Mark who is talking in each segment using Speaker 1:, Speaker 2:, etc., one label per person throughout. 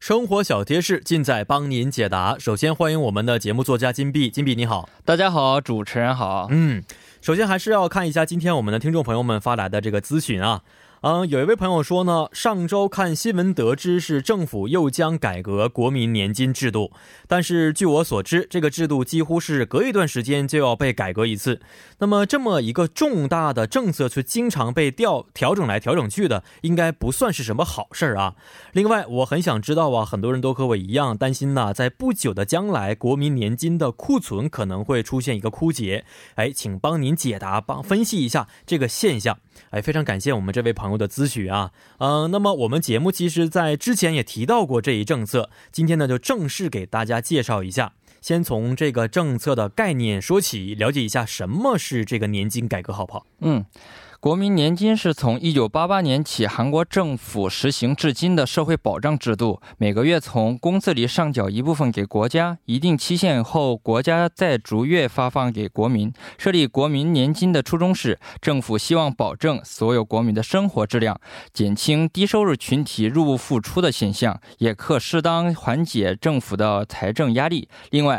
Speaker 1: 生活小贴士尽在帮您解答。首先欢迎我们的节目作家金币，金币你好。
Speaker 2: 大家好，主持人好。
Speaker 1: 嗯，首先还是要看一下今天我们的听众朋友们发来的这个咨询啊。嗯，有一位朋友说呢，上周看新闻得知是政府又将改革国民年金制度，但是据我所知，这个制度几乎是隔一段时间就要被改革一次。那么这么一个重大的政策却经常被调调整来调整去的，应该不算是什么好事儿啊。另外，我很想知道啊，很多人都和我一样担心呐、在不久的将来，国民年金的库存可能会出现一个枯竭。哎，请帮您解答，帮分析一下这个现象。哎，非常感谢我们这位朋友的咨询啊。嗯、那么我们节目其实在之前也提到过这一政策，今天呢就正式给大家介绍一下。先从这个政策的概念说起，了解一下什么是这个年金改革，好不好？
Speaker 2: 嗯，国民年金是从一九八八年起韩国政府实行至今的社会保障制度，每个月从工资里上缴一部分给国家，一定期限后国家再逐月发放给国民。设立国民年金的初衷是，政府希望保证所有国民的生活质量，减轻低收入群体入不敷出的现象，也可适当缓解政府的财政压力。另外，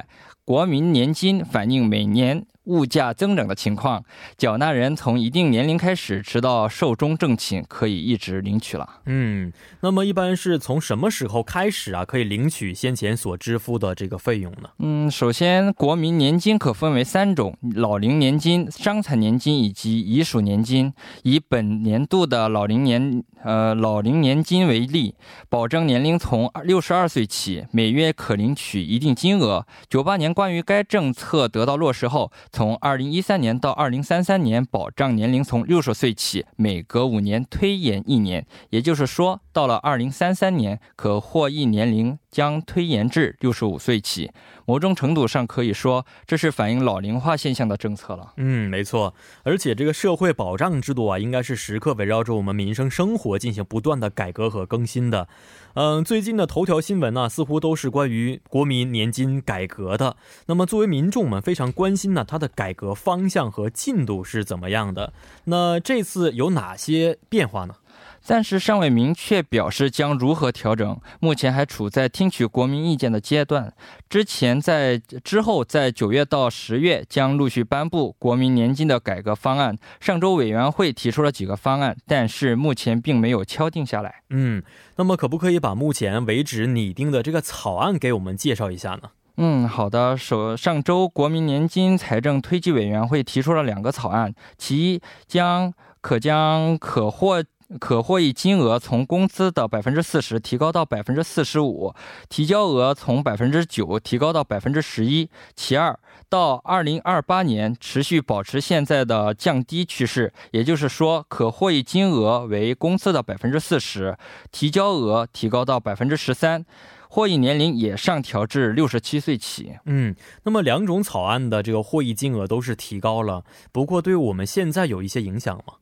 Speaker 2: 国民年金反映每年物价增长的情况，缴纳人从一定年龄开始，直到寿终正寝，可以一直领取了。
Speaker 1: 嗯，那么一般是从什么时候开始啊，可以领取先前所支付的这个费用呢？
Speaker 2: 嗯，首先，国民年金可分为三种：老龄年金、伤残年金以及遗属年金。以本年度的老龄年呃老龄年金为例，保证年龄从六十二岁起，每月可领取一定金额。九八年关于该政策得到落实后，从二零一三年到二零三三年，保障年龄从六十岁起，每隔五年推延一年。也就是说，到了二零三三年，可获益年龄将推延至六十五岁起。某种程度上可以说，这是反映老龄化现象的政策了。
Speaker 1: 嗯，没错，而且这个社会保障制度啊，应该是时刻围绕着我们民生生活进行不断的改革和更新的。嗯，最近的头条新闻呢、似乎都是关于国民年金改革的。那么，作为民众，我们非常关心呢，它的改革方向和进度是怎么样的？那这次有哪些变化呢？
Speaker 2: 暂时尚未明确表示将如何调整，目前还处在听取国民意见的阶段。之前在之后，在九月到十月将陆续颁布国民年金的改革方案。上周委员会提出了几个方案，但是目前并没有敲定下来。
Speaker 1: 嗯，那么可不可以把目前为止拟定的这个草案给我们介绍一下呢？
Speaker 2: 嗯，好的。首上周，国民年金财政推进委员会提出了两个草案，其一将可将可获可获益金额从工资的百分之四十提高到百分之四十五，提交额从百分之九提高到百分之十一。其二，到二零二八年持续保持现在的降低趋势，也就是说，可获益金额为工资的百分之四十，提交额提高到百分之十三。获益年龄也上调至六十七岁起。
Speaker 1: 嗯，那么两种草案的这个获益金额都是提高了，不过对我们现在有一些影响吗？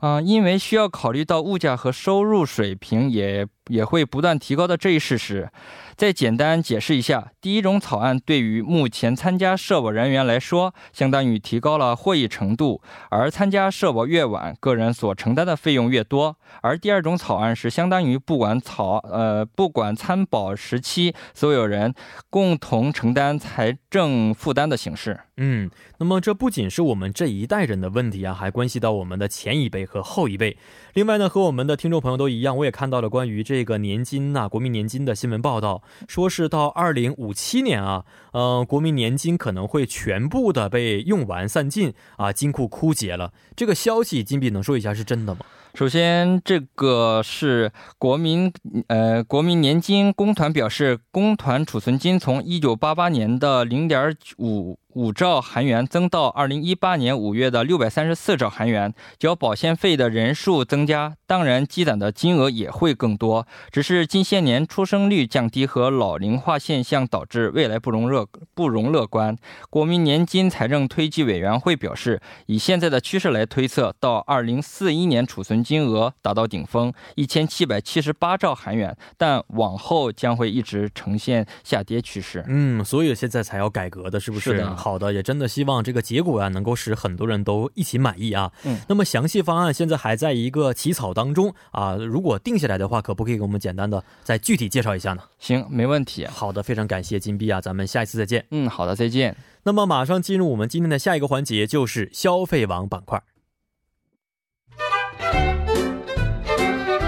Speaker 2: 啊、因为需要考虑到物价和收入水平也也会不断提高的这一事实，再简单解释一下，第一种草案对于目前参加社保人员来说，相当于提高了获益程度，而参加社保越晚，个人所承担的费用越多；而第二种草案是相当于不管草呃不管参保时期所有人共同承担财政负担的形式。
Speaker 1: 嗯，那么这不仅是我们这一代人的问题啊，还关系到我们的前一辈和后一辈。另外呢，和我们的听众朋友都一样，我也看到了关于这个年金呐、国民年金的新闻报道，说是到二零五七年啊，呃，国民年金可能会全部的被用完散尽啊，金库枯竭了。这个消息，金币能说一下是真的吗？
Speaker 2: 首先，这个是国民呃国民年金公团表示，公团储存金从一九八八年的零点五五兆韩元增到二零一八年五月的六百三十四兆韩元，交保险费的人数增加，当然积攒的金额也会更多。只是近些年出生率降低和老龄化现象导致未来不容乐不容乐观。国民年金财政推计委员会表示，以现在的趋势来推测，到二零四一年储存金额达到顶峰一千七百七十八兆韩元，但往后将会一直呈现下跌趋势。
Speaker 1: 嗯，所以现在才要改革的，是不是？
Speaker 2: 是的
Speaker 1: 好的，也真的希望这个结果啊呀、能够使很多人都一起满意啊。
Speaker 2: 嗯
Speaker 1: 那么详细方案现在还在一个起草当中啊，如果定下来的话，可不可以给我们简单的再具体介绍一下呢？
Speaker 2: 行，没问题。
Speaker 1: 好的，非常感谢金币啊，咱们下一次再见。
Speaker 2: 嗯，好的，再见。
Speaker 1: 那么马上进入我们今天的下一个环节，就是消费网板块。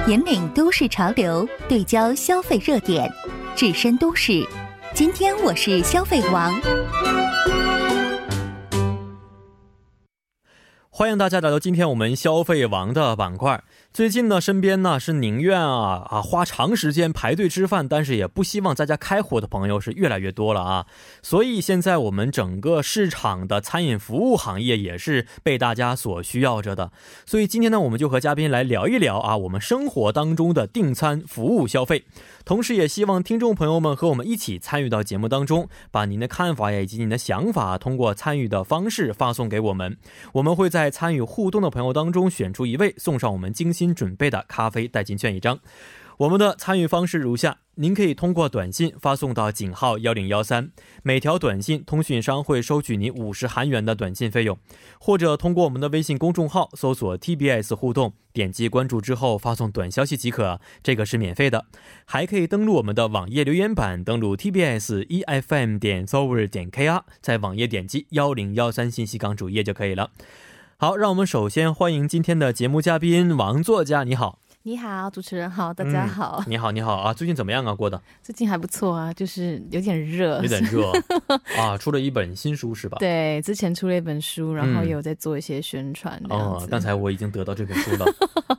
Speaker 3: 引领都市潮流，对焦消费热点，置身都市。今天我是消费王，
Speaker 1: 欢迎大家来到今天我们消费王的板块。最近呢，身边呢是宁愿啊啊花长时间排队吃饭，但是也不希望在家开火的朋友是越来越多了啊。所以现在我们整个市场的餐饮服务行业也是被大家所需要着的。所以今天呢，我们就和嘉宾来聊一聊啊，我们生活当中的订餐服务消费，同时也希望听众朋友们和我们一起参与到节目当中，把您的看法呀以及您的想法，通过参与的方式发送给我们。我们会在参与互动的朋友当中选出一位，送上我们精心准备的咖啡代金券一张。我们的参与方式如下：您可以通过短信发送到井号幺零幺三，每条短信通讯商会收取您五十韩元的短信费用；或者通过我们的微信公众号搜索 TBS 互动，点击关注之后发送短消息即可，这个是免费的。还可以登录我们的网页留言板，登录 TBS EFM E 点 s o v e r 点 KR，在网页点击幺零幺三信息港主页就可以了。好，让我们首先欢迎今天的节目嘉宾王作家，你好，
Speaker 4: 你好，主持人好，大
Speaker 1: 嗯
Speaker 4: 家好，
Speaker 1: 你好，你好啊，最近怎么样啊？过得
Speaker 4: 最近还不错啊，就是有点热，
Speaker 1: 有点热啊，出了一本新书是吧？
Speaker 4: 哦 对，之前出了一本书，然后
Speaker 1: 嗯
Speaker 4: 也有在做一些宣传这样
Speaker 1: 哦
Speaker 4: 子，，
Speaker 1: 刚才我已经得到这本 书了，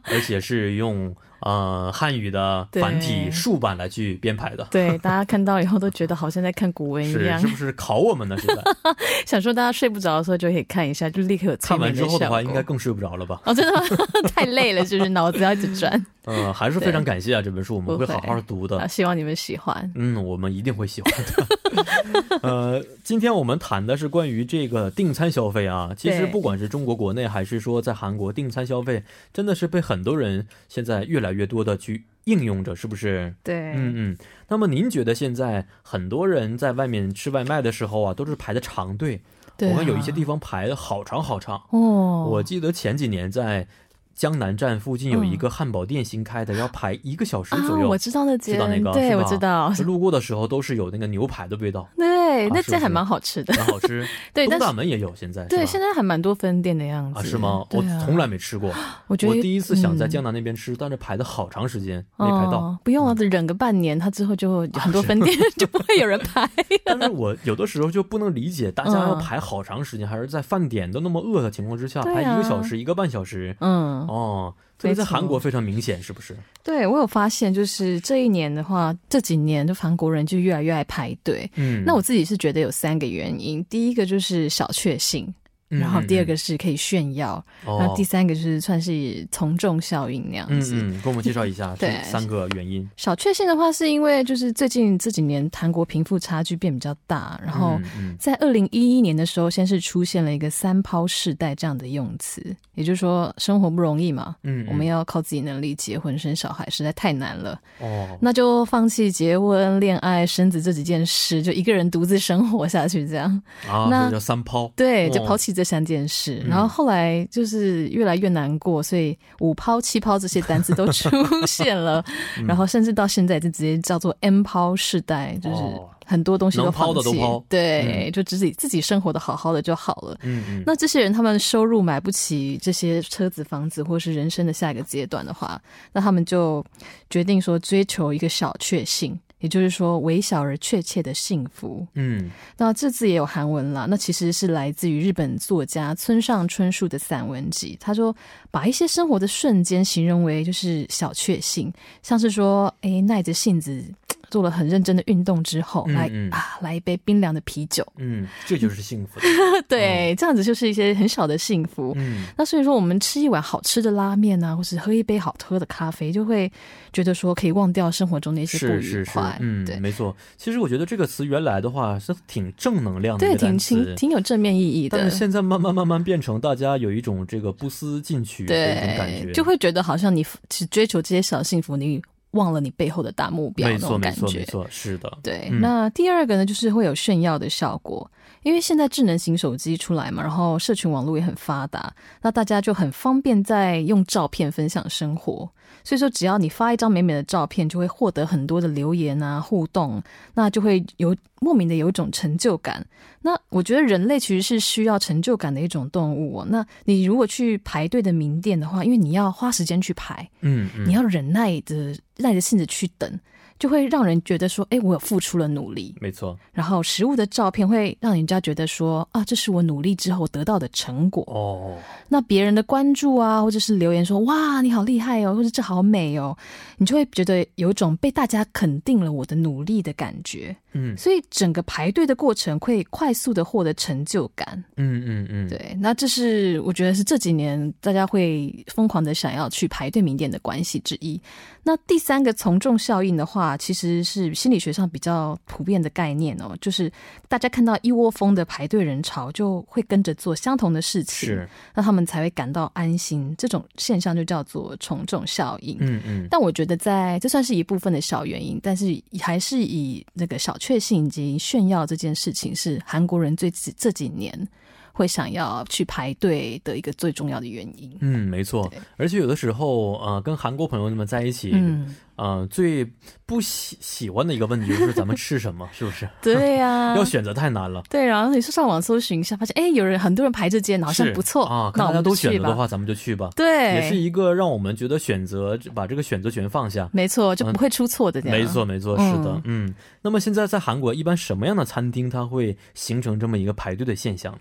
Speaker 1: 而且是用呃汉语的繁体
Speaker 4: 对
Speaker 1: 竖版来去编排的，
Speaker 4: 对大家看到以后都觉得好像在看古文一
Speaker 1: 是
Speaker 4: 样
Speaker 1: 是，不是考我们呢？现在
Speaker 4: 想说大家睡不着的时候就可以看一下，就立刻有催
Speaker 1: 看完
Speaker 4: 眠
Speaker 1: 之后
Speaker 4: 效
Speaker 1: 的话，
Speaker 4: 果。
Speaker 1: 应该更睡不着了吧？
Speaker 4: 哦，真的吗？ 太累了，就是脑子要一直 转
Speaker 1: 呃，还是非常感谢啊，这本书我们会
Speaker 4: 不会
Speaker 1: 好好读
Speaker 4: 啊，
Speaker 1: 的。
Speaker 4: 希望你们喜欢。
Speaker 1: 嗯，我们一定会喜欢的。 呃，今天我们谈的是关于这个订餐消费啊。其实
Speaker 4: 对
Speaker 1: 不管是中国国内还是说在韩国，订餐消费真的是被很多人现在越来越多的去应用着，是不是？
Speaker 4: 对，
Speaker 1: 嗯嗯。那么您觉得现在很多人在外面吃外卖的时候啊，都是排的长队，
Speaker 4: 对啊、
Speaker 1: 我看有一些地方排的好长好长。
Speaker 4: 哦，
Speaker 1: 我记得前几年在江南站附近有一个汉堡店新开的，要排一个小时
Speaker 4: 嗯啊
Speaker 1: 左，右。
Speaker 4: 我知道那
Speaker 1: 知
Speaker 4: 间，
Speaker 1: 道那个是
Speaker 4: 对
Speaker 1: 吧
Speaker 4: 我知道，
Speaker 1: 路过的时候都是有那个牛排的味道，
Speaker 4: 对，
Speaker 1: 啊
Speaker 4: 那
Speaker 1: 是不
Speaker 4: 间还
Speaker 1: 是
Speaker 4: 蛮好吃的。
Speaker 1: 很好吃。
Speaker 4: 对，
Speaker 1: 东
Speaker 4: 但是
Speaker 1: 大门也有现在，
Speaker 4: 对
Speaker 1: 是
Speaker 4: 现
Speaker 1: 吧？
Speaker 4: 在还蛮多分店的样子
Speaker 1: 啊，是吗？
Speaker 4: 对
Speaker 1: 我
Speaker 4: 啊
Speaker 1: 从来没吃过，
Speaker 4: 我觉得
Speaker 1: 我第一次想在
Speaker 4: 嗯
Speaker 1: 江南那边吃，但是排的好长时间没排嗯啊到。
Speaker 4: 哦、不用啊，忍个半年，它之后就有很多分店、 就不会有人排。
Speaker 1: 但是我有的时候就不能理解，大家要
Speaker 4: 嗯
Speaker 1: 排好长时间，还是在饭点都那么饿的情况之下，
Speaker 4: 对啊
Speaker 1: 排一个小时、一个半小时。
Speaker 4: 嗯，
Speaker 1: 哦，这个
Speaker 4: 没
Speaker 1: 在
Speaker 4: 错
Speaker 1: 韩国非常明显，是不是？
Speaker 4: 对我有发现，就是这一年的话，这几年就韩国人就越来越爱排队。
Speaker 1: 嗯，
Speaker 4: 那我自己是觉得有三个原因，第一个就是小确幸，
Speaker 1: 嗯，
Speaker 4: 然后第二个
Speaker 1: 嗯，
Speaker 4: 是可以炫耀，
Speaker 1: 嗯
Speaker 4: 然
Speaker 1: 哦
Speaker 4: 后第三个就是算是从众效应那样
Speaker 1: 嗯
Speaker 4: 子。
Speaker 1: 嗯，给我们介绍一下这
Speaker 4: 对
Speaker 1: 三个原因。
Speaker 4: 小确幸的话，是因为就是最近这几年韩国贫富差距变比较大，然后
Speaker 1: 嗯嗯
Speaker 4: 在二零一一年的时候，先是出现了一个“三抛世代”这样的用词，也就是说生活不容易嘛，
Speaker 1: 嗯，嗯
Speaker 4: 我们要靠自己能力结婚生小孩实在太难了，
Speaker 1: 哦，
Speaker 4: 那就放弃结婚、恋爱、生子这几件事，就一个人独自生活下去，这样
Speaker 1: 啊，
Speaker 4: 那
Speaker 1: 这叫三抛。
Speaker 4: 对，就
Speaker 1: 哦
Speaker 4: 抛弃这三件事。
Speaker 1: 嗯
Speaker 4: 然后后来就是越来越难过，所以五抛、七抛这些单词都出现 了，嗯然后甚至到现在就直接叫做 M 抛世代，就是
Speaker 1: 哦
Speaker 4: 很多东西都
Speaker 1: 能抛
Speaker 4: 放
Speaker 1: 的都
Speaker 4: 弃
Speaker 1: 抛，
Speaker 4: 对，就自己自己生活的好好的就好了。
Speaker 1: 嗯嗯，
Speaker 4: 嗯那这些人他们收入买不起这些车子、房子，或是人生的下一个阶段的话，那他们就决定说追求一个小确幸，也就是说微小而确切的幸福。
Speaker 1: 嗯
Speaker 4: 那这次也有韩文啦，那其实是来自于日本作家村上春树的散文集。他说，把一些生活的瞬间形容为就是小确幸，像是说，哎，耐着性子做了很认真的运动之后，
Speaker 1: 嗯
Speaker 4: 来
Speaker 1: 嗯
Speaker 4: 啊，来一杯冰凉的啤酒，
Speaker 1: 嗯，这就是幸 福的。
Speaker 4: 对，这样子就是一些很小的幸福。
Speaker 1: 嗯
Speaker 4: 那所以说，我们吃一碗好吃的拉面啊，或是喝一杯好喝的咖啡，就会觉得说可以忘掉生活中的一些不
Speaker 1: 是
Speaker 4: 愉
Speaker 1: 是是
Speaker 4: 快，，
Speaker 1: 嗯，
Speaker 4: 对
Speaker 1: 没错。其实我觉得这个词原来的话是挺正能量的一
Speaker 4: 对，
Speaker 1: 个
Speaker 4: 挺
Speaker 1: 单词，
Speaker 4: 挺挺有正面意义
Speaker 1: 但
Speaker 4: 的
Speaker 1: 是，现在慢慢慢慢变成大家有一种这个不思进取的一种感觉
Speaker 4: 对，，就会觉得好像你只追求这些小幸福，你忘了你背后的大目标
Speaker 1: 没
Speaker 4: 那
Speaker 1: 错
Speaker 4: 种
Speaker 1: 没
Speaker 4: 感
Speaker 1: 错没
Speaker 4: 觉。
Speaker 1: 错，是的，
Speaker 4: 对，
Speaker 1: 嗯
Speaker 4: 那第二个呢，就是会有炫耀的效果，因为现在智能型手机出来嘛，然后社群网络也很发达，那大家就很方便在用照片分享生活。所以说，只要你发一张美美的照片，就会获得很多的留言啊、互动，那就会有莫名的有一种成就感。那我觉得人类其实是需要成就感的一种动物、哦。那你如果去排队的名店的话，因为你要花时间去排，
Speaker 1: 嗯嗯，
Speaker 4: 你要忍耐的耐着性子去等，就会让人觉得说，哎，我有付出了努力。
Speaker 1: 没错。
Speaker 4: 然后食物的照片会让人家觉得说啊，这是我努力之后得到的成果。
Speaker 1: 哦，
Speaker 4: 那别人的关注啊，或者是留言说哇你好厉害哦，或者这好美哦，你就会觉得有一种被大家肯定了我的努力的感觉。
Speaker 1: 嗯
Speaker 4: 所以整个排队的过程会快速的获得成就感。
Speaker 1: 嗯嗯嗯，
Speaker 4: 对，那这是我觉得是这几年大家会疯狂的想要去排队名店的关系之一。那第三个从众效应的话，其实是心理学上比较普遍的概念哦，就是大家看到一窝蜂的排队人潮，就会跟着做相同的事情，
Speaker 1: 是，
Speaker 4: 那他们才会感到安心。这种现象就叫做从众效应。
Speaker 1: 嗯嗯，
Speaker 4: 但我觉得在这算是一部分的小原因，但是还是以那个小确幸以及炫耀这件事情是韩国人最近这几年会想要去排队的一个最重要的原因。
Speaker 1: 嗯，没错
Speaker 4: 对。
Speaker 1: 而且有的时候，呃，跟韩国朋友们在一起，
Speaker 4: 嗯，
Speaker 1: 呃，最不喜喜欢的一个问题就是咱们吃什么，是 不是？
Speaker 4: 对呀、
Speaker 1: 要选择太难了。
Speaker 4: 对，然后你说上网搜寻一下，发现哎，诶有人很多人排这间，好像
Speaker 1: 是
Speaker 4: 不错
Speaker 1: 啊，看大
Speaker 4: 那我
Speaker 1: 家
Speaker 4: 们
Speaker 1: 都
Speaker 4: 就
Speaker 1: 选
Speaker 4: 去
Speaker 1: 择的
Speaker 4: 吧。
Speaker 1: 话，咱们就去吧。
Speaker 4: 对，
Speaker 1: 也是一个让我们觉得选择把这个选择权放下。
Speaker 4: 没错，就
Speaker 1: 嗯
Speaker 4: 不会出错的这样。
Speaker 1: 没错，没错，是的，嗯。那么现在在韩国，一般什么样的餐厅它会形成这么一个排队的现象呢？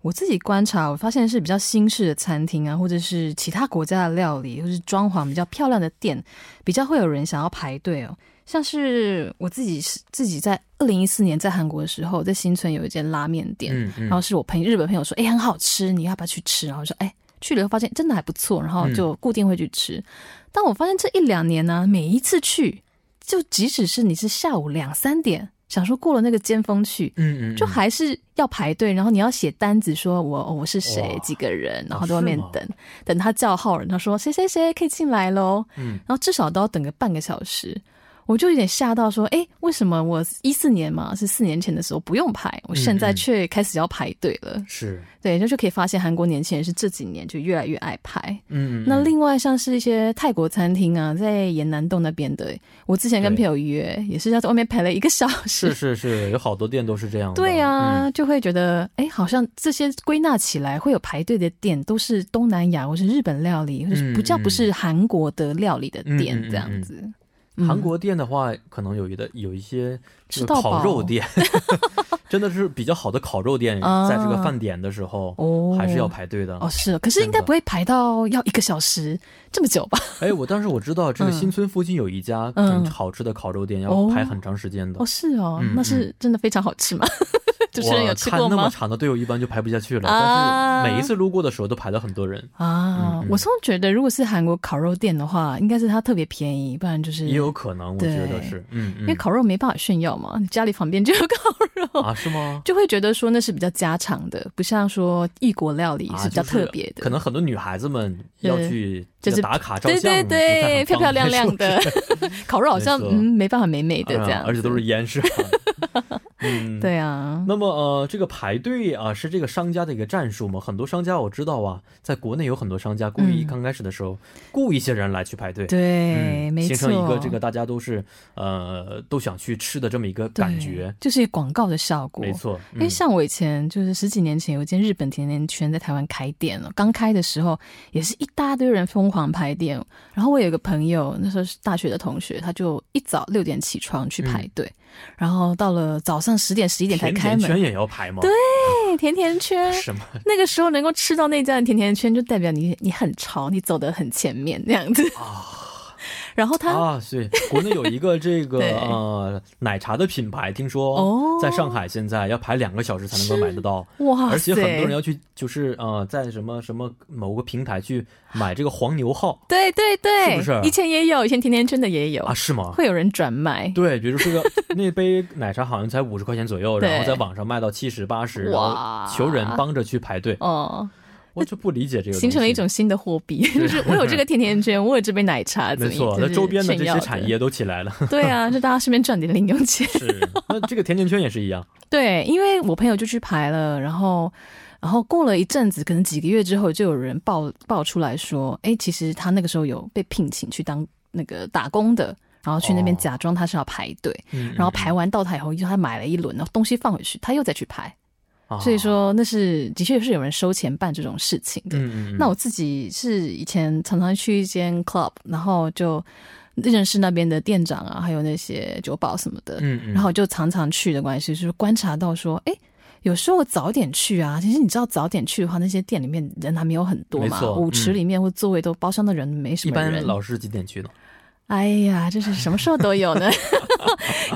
Speaker 4: 我自己观察，我发现是比较新式的餐厅啊，或者是其他国家的料理，或是装潢比较漂亮的店，比较会有人想要排队哦。像是我自己是自己在二零一四年在韩国的时候，在新村有一间拉面店，
Speaker 1: 嗯嗯
Speaker 4: 然后是我朋日本朋友说，哎、很好吃，你要不要去吃？然后我说，哎、去了发现真的还不错，然
Speaker 1: 嗯
Speaker 4: 后就固定会去吃。但我发现这一两年呢、每一次去，就即使是你是下午两三点，想说过了那个尖峰去，
Speaker 1: 嗯嗯，
Speaker 4: 就
Speaker 1: 嗯
Speaker 4: 还是要排队，然后你要写单子，说我、哦我是谁
Speaker 1: 哇，
Speaker 4: 几个人，然
Speaker 1: 哦
Speaker 4: 后在外面
Speaker 1: 是吗
Speaker 4: 等，等他叫号人，他说谁谁谁可以进来喽，
Speaker 1: 嗯
Speaker 4: 然后至少都要等个半个小时，我就有点吓到，说，哎，为什么我一四年嘛是四年前的时候不用排，我现在
Speaker 1: 嗯嗯
Speaker 4: 却开始要排队了？
Speaker 1: 是，
Speaker 4: 对，这就可以发现韩国年轻人是这几年就越来越爱排。
Speaker 1: 嗯，嗯
Speaker 4: 那
Speaker 1: 嗯
Speaker 4: 另外像是一些泰国餐厅啊，在沿南洞那边的，我之前跟
Speaker 1: 对
Speaker 4: 朋友约，也是要在外面排了一个小时
Speaker 1: 是，是是，有好多店都是这样的。
Speaker 4: 对呀、
Speaker 1: 嗯
Speaker 4: 就会觉得哎，诶好像这些归纳起来会有排队的店，都是东南亚或是日本料理，或是
Speaker 1: 嗯
Speaker 4: 不叫
Speaker 1: 嗯
Speaker 4: 不是韩国的料理的
Speaker 1: 嗯
Speaker 4: 店、
Speaker 1: 嗯嗯
Speaker 4: 这样子。嗯
Speaker 1: 韩国店的话，可能有一的有一些这
Speaker 4: 吃
Speaker 1: 个
Speaker 4: 到
Speaker 1: 烤
Speaker 4: 饱
Speaker 1: 肉店， 真的是比较好的烤肉店，
Speaker 4: 啊
Speaker 1: 在这个饭点的时候、
Speaker 4: 哦
Speaker 1: 还是要排啊队的。
Speaker 4: 哦，是，可是应该不会排到要一个小时这么久吧？
Speaker 1: 哎，我当时我知道这个
Speaker 4: 嗯
Speaker 1: 新村附近有一家
Speaker 4: 嗯
Speaker 1: 很好吃的烤肉店，要
Speaker 4: 哦
Speaker 1: 排很长时间的
Speaker 4: 哦，。是哦，
Speaker 1: 嗯
Speaker 4: 那是真的非常好吃吗？ 主持人有
Speaker 1: 我
Speaker 4: 吃
Speaker 1: 看
Speaker 4: 过
Speaker 1: 那么
Speaker 4: 吗？
Speaker 1: 长的队伍，一般就排不下去了。
Speaker 4: 啊
Speaker 1: 但是每一次路过的时候，都排到很多人，
Speaker 4: 啊，
Speaker 1: 嗯嗯
Speaker 4: 我总觉得如果是韩国烤肉店的话，应该是它特别便宜，不然就是
Speaker 1: 也有嗯可能，我觉得
Speaker 4: 对
Speaker 1: 是，嗯嗯
Speaker 4: 因为烤肉没办法炫耀嘛，你家里旁边就有烤肉
Speaker 1: 啊，是吗？
Speaker 4: 就会觉得说那是比较家常的，不像说异国料理
Speaker 1: 啊
Speaker 4: 是比较
Speaker 1: 就
Speaker 4: 特别的，
Speaker 1: 可能很多女孩子们要
Speaker 4: 对
Speaker 1: 去这个
Speaker 4: 就是
Speaker 1: 打卡照
Speaker 4: 对
Speaker 1: 相，
Speaker 4: 对
Speaker 1: 不太
Speaker 4: 对，
Speaker 1: 很
Speaker 4: 漂漂亮
Speaker 1: 方便
Speaker 4: 亮的烤肉好像
Speaker 1: 没错
Speaker 4: 嗯没办法美美的这样
Speaker 1: 嗯
Speaker 4: 子，
Speaker 1: 而且都是烟是吧？ 嗯，。
Speaker 4: 对啊，
Speaker 1: 那么呃，这个排队啊、是这个商家的一个战术吗？很多商家我知道啊，在国内有很多商家故意
Speaker 4: 嗯
Speaker 1: 刚开始的时候、雇一些人来去排队，
Speaker 4: 对，
Speaker 1: 嗯，
Speaker 4: 哎没
Speaker 1: 形
Speaker 4: 错，
Speaker 1: 成一个这个大家都是呃都想去吃的这么一个
Speaker 4: 对哎
Speaker 1: 感觉，
Speaker 4: 就是广告的效果，
Speaker 1: 没。错，
Speaker 4: 因为
Speaker 1: 嗯
Speaker 4: 像我以前就是十几年前有一间日本甜甜圈在台湾开店了，刚开的时候也是一大堆人疯狂排店。然后我有一个朋友，那时候是大学的同学，他就一早六点起床去排队，然后到了早上十点十一点才
Speaker 1: 嗯甜
Speaker 4: 开
Speaker 1: 甜
Speaker 4: 门
Speaker 1: 圈。也要排吗？
Speaker 4: 对，啊甜甜圈，
Speaker 1: 什么啊
Speaker 4: 那个时候能够吃到那家的甜甜圈，就代表你你很潮，你走得很前面那样子。
Speaker 1: 啊
Speaker 4: 然后他、
Speaker 1: 啊？对，国内有一个这个
Speaker 4: 对
Speaker 1: 呃奶茶的品牌，听说
Speaker 4: 哦，
Speaker 1: 在上海现在要排两个小时才能够买得到。
Speaker 4: 哇塞，
Speaker 1: 而且很多人要去，就是呃，在什么什么某个平台去买这个黄牛号
Speaker 4: 对对
Speaker 1: 是
Speaker 4: 对，
Speaker 1: 不是
Speaker 4: 以前也有，以前甜甜圈的也有，
Speaker 1: 啊，是吗？
Speaker 4: 会有人转卖。
Speaker 1: 对，比如说这个那杯奶茶好像才五十块钱左右，然后
Speaker 4: 对
Speaker 1: 在网上卖到七十八十，然后
Speaker 4: 哇
Speaker 1: 求人帮着去排队。
Speaker 4: 哦，
Speaker 1: 我就不理解这个东西
Speaker 4: 形成了一种新的货币， 就是我有这个甜甜圈，我有这杯奶茶，怎
Speaker 1: 没
Speaker 4: 么
Speaker 1: 错，
Speaker 4: 就
Speaker 1: 那
Speaker 4: 是
Speaker 1: 周边的这
Speaker 4: 炫耀
Speaker 1: 些产业，都起来了。
Speaker 4: 对啊，就大家顺便赚点零用钱。
Speaker 1: 是， 那这个甜甜圈也是一 样。
Speaker 4: 对，因为我朋友就去排了，然后，然后过了一阵子，可能几个月之后，就有人爆爆出来说，哎，其实他那个时候有被聘请去当那个打工的，然后去那边
Speaker 1: 哦
Speaker 4: 假装他是要排队，
Speaker 1: 嗯
Speaker 4: 然后排完到他以后，他买了一轮，然后东西放回去，他又再去排，
Speaker 1: 啊
Speaker 4: 所以，说那是的确是有人收钱办这种事情的。
Speaker 1: 嗯嗯嗯，
Speaker 4: 那我自己是以前常常去一间 club，然后就认识那边的店长啊，还有那些酒保什么的，
Speaker 1: 嗯嗯，
Speaker 4: 然后就常常去的关系，就是观察到说，哎，有时候早点去啊，其实你知道早点去的话，那些店里面人还没有很多
Speaker 1: 没
Speaker 4: 嘛，
Speaker 1: 错嗯
Speaker 4: 舞池里面或座位都包厢的人没什
Speaker 1: 一
Speaker 4: 么人。
Speaker 1: 般老师几点去呢？
Speaker 4: 哎呀，这是什么时候 都有呢？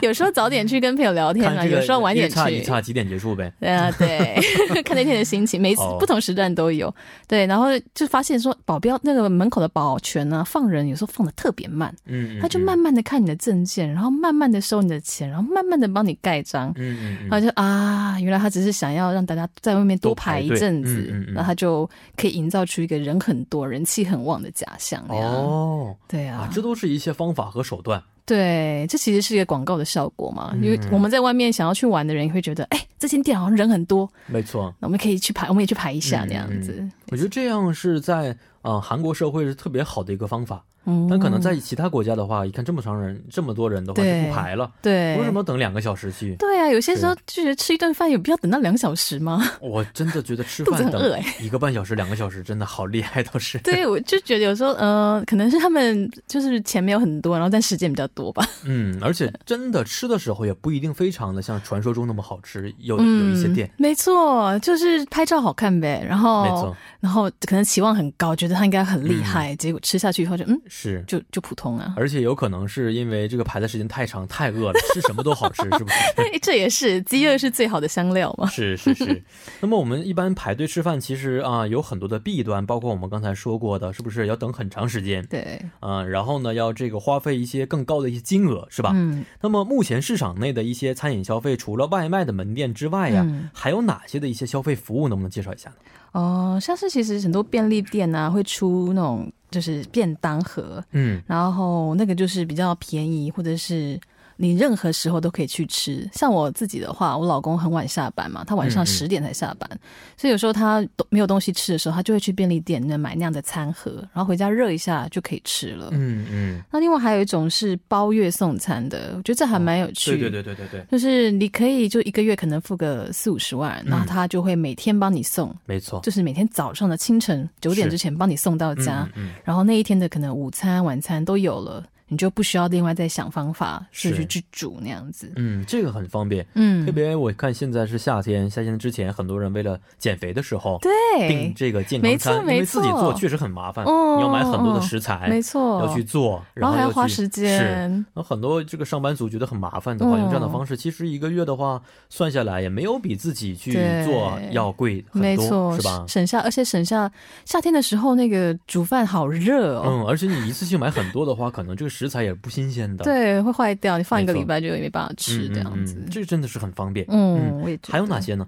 Speaker 4: 有时候早点去跟朋友聊天啊，
Speaker 1: 看这个
Speaker 4: 有时候晚点
Speaker 1: 一
Speaker 4: 去。
Speaker 1: 差一差几点结束呗？
Speaker 4: 啊，对， 看那天的心情，每次
Speaker 1: 哦
Speaker 4: 不同时段都有。对，然后就发现说，保镖那个门口的保全呢、放人有时候放的特别慢，
Speaker 1: 嗯，嗯
Speaker 4: 他就慢，慢的看你的证件，然后慢慢的收你的钱，然后慢慢的帮你盖章。
Speaker 1: 嗯嗯嗯嗯，
Speaker 4: 然后就啊，原来他只是想要让大家在外面多排一阵
Speaker 1: 多排
Speaker 4: 子
Speaker 1: 队嗯嗯，嗯
Speaker 4: 那、他就可以营造出一个人很多、人气很旺的假象。那样，
Speaker 1: 哦
Speaker 4: 对
Speaker 1: 啊
Speaker 4: 啊，，
Speaker 1: 这都是一些方法和手段。
Speaker 4: 对，这其实是一个广告的效果嘛。
Speaker 1: 嗯
Speaker 4: 因为我们在外面想要去玩的人，也会觉得，哎，这间店好像人很多，
Speaker 1: 没错，
Speaker 4: 那我们可以去排，我 们也去排一下
Speaker 1: 嗯
Speaker 4: 那样子。
Speaker 1: 我觉得这样是在呃韩国社会是特别好的一个方法。
Speaker 4: 嗯
Speaker 1: 但可能在其他国家的话，一看这么长人、这么多人的话，
Speaker 4: 对
Speaker 1: 就不排了。
Speaker 4: 对
Speaker 1: 为什么等两个小时去？
Speaker 4: 对啊，有些时候就觉得吃一顿饭有必要等到两小时吗？
Speaker 1: 我真的觉得吃
Speaker 4: 肚子
Speaker 1: 饭
Speaker 4: 很饿哎
Speaker 1: 等一个半小时、两个小时，真的好厉害，都是。
Speaker 4: 对，我就觉得有时候，呃，可能是他们就是钱没有很多，然后但时间比较多吧。
Speaker 1: 嗯，而且真的吃的时候也不一定非常的像传说中那么好吃，有有
Speaker 4: 嗯，
Speaker 1: 一些店，
Speaker 4: 没错，就是拍照好看呗，然后
Speaker 1: 没错，
Speaker 4: 然后可能期望很高，觉得他应该很厉害，结果吃下去以后就嗯，
Speaker 1: 是，
Speaker 4: 就就普通啊。
Speaker 1: 而且有可能是因为这个排的时间太长，太饿了，吃什么都好吃，是不是？
Speaker 4: 对， 这也是饥饿是最好的香料嘛。
Speaker 1: 是是是，那么我们一般排队吃饭，其实啊、有很多的弊端，包括我们刚才说过的，是不是要等很长时间？
Speaker 4: 对，
Speaker 1: 嗯、然后呢，要这个花费一些更高的一些金额，是吧？
Speaker 4: 嗯，
Speaker 1: 那么目前市场内的一些餐饮消费，除了外卖的门店之外呀、
Speaker 4: 嗯
Speaker 1: 还有哪些的一些消费服务，能不能介绍一下呢？
Speaker 4: 哦、像是其实很多便利店啊会出那种就是便当盒，
Speaker 1: 嗯，
Speaker 4: 然后那个就是比较便宜，或者是你任何时候都可以去吃。像我自己的话，我老公很晚下班嘛，他晚
Speaker 1: 嗯
Speaker 4: 上
Speaker 1: 嗯
Speaker 4: 十点才下班，所以有时候他都没有东西吃的时候，他就会去便利店那买那样的餐盒，然后回家热一下就可以吃了。
Speaker 1: 嗯嗯，
Speaker 4: 那另外还有一种是包月送餐的，我觉得这还蛮有趣。
Speaker 1: 哦对对对对对对，
Speaker 4: 就是你可以就一个月可能付个四五十万，
Speaker 1: 嗯
Speaker 4: 然后他就会每天帮你送，
Speaker 1: 没错，
Speaker 4: 就是每天早上的清晨九点
Speaker 1: 是
Speaker 4: 之前帮你送到家。
Speaker 1: 嗯嗯
Speaker 4: 然后那一天的可能午餐、晚餐都有了，你就不需要另外再想方法
Speaker 1: 是
Speaker 4: 是去去煮那样子。
Speaker 1: 嗯，这个很方便。
Speaker 4: 嗯，
Speaker 1: 特别我看现在是夏天，夏天之前很多人为了减肥的时候，订
Speaker 4: 对，
Speaker 1: 这个健康餐，
Speaker 4: 没错
Speaker 1: 因为自己
Speaker 4: 没错
Speaker 1: 做确实很麻烦，
Speaker 4: 嗯
Speaker 1: 你要买很多的食材，
Speaker 4: 没错，
Speaker 1: 要去做，
Speaker 4: 然后还
Speaker 1: 要
Speaker 4: 要花
Speaker 1: 去
Speaker 4: 时。
Speaker 1: 是
Speaker 4: 间。
Speaker 1: 那很多这个上班族觉得很麻烦的话，
Speaker 4: 嗯
Speaker 1: 用这样的方式，其实一个月的话，算下来也没有比自己去
Speaker 4: 对
Speaker 1: 做要贵很
Speaker 4: 没
Speaker 1: 多，
Speaker 4: 错，
Speaker 1: 是吧？
Speaker 4: 省下，而且省下夏天的时候，那个煮饭好热哦，
Speaker 1: 嗯，而且你一次性买很多的话，可能这个食材也不新鲜的，嗯，
Speaker 4: 对，会坏掉，你放一个
Speaker 1: 没错
Speaker 4: 礼拜就也没办法吃
Speaker 1: 嗯
Speaker 4: 这样子
Speaker 1: 嗯。这个真的是很方便。
Speaker 4: 嗯，我也觉得。
Speaker 1: 还有哪？些呢？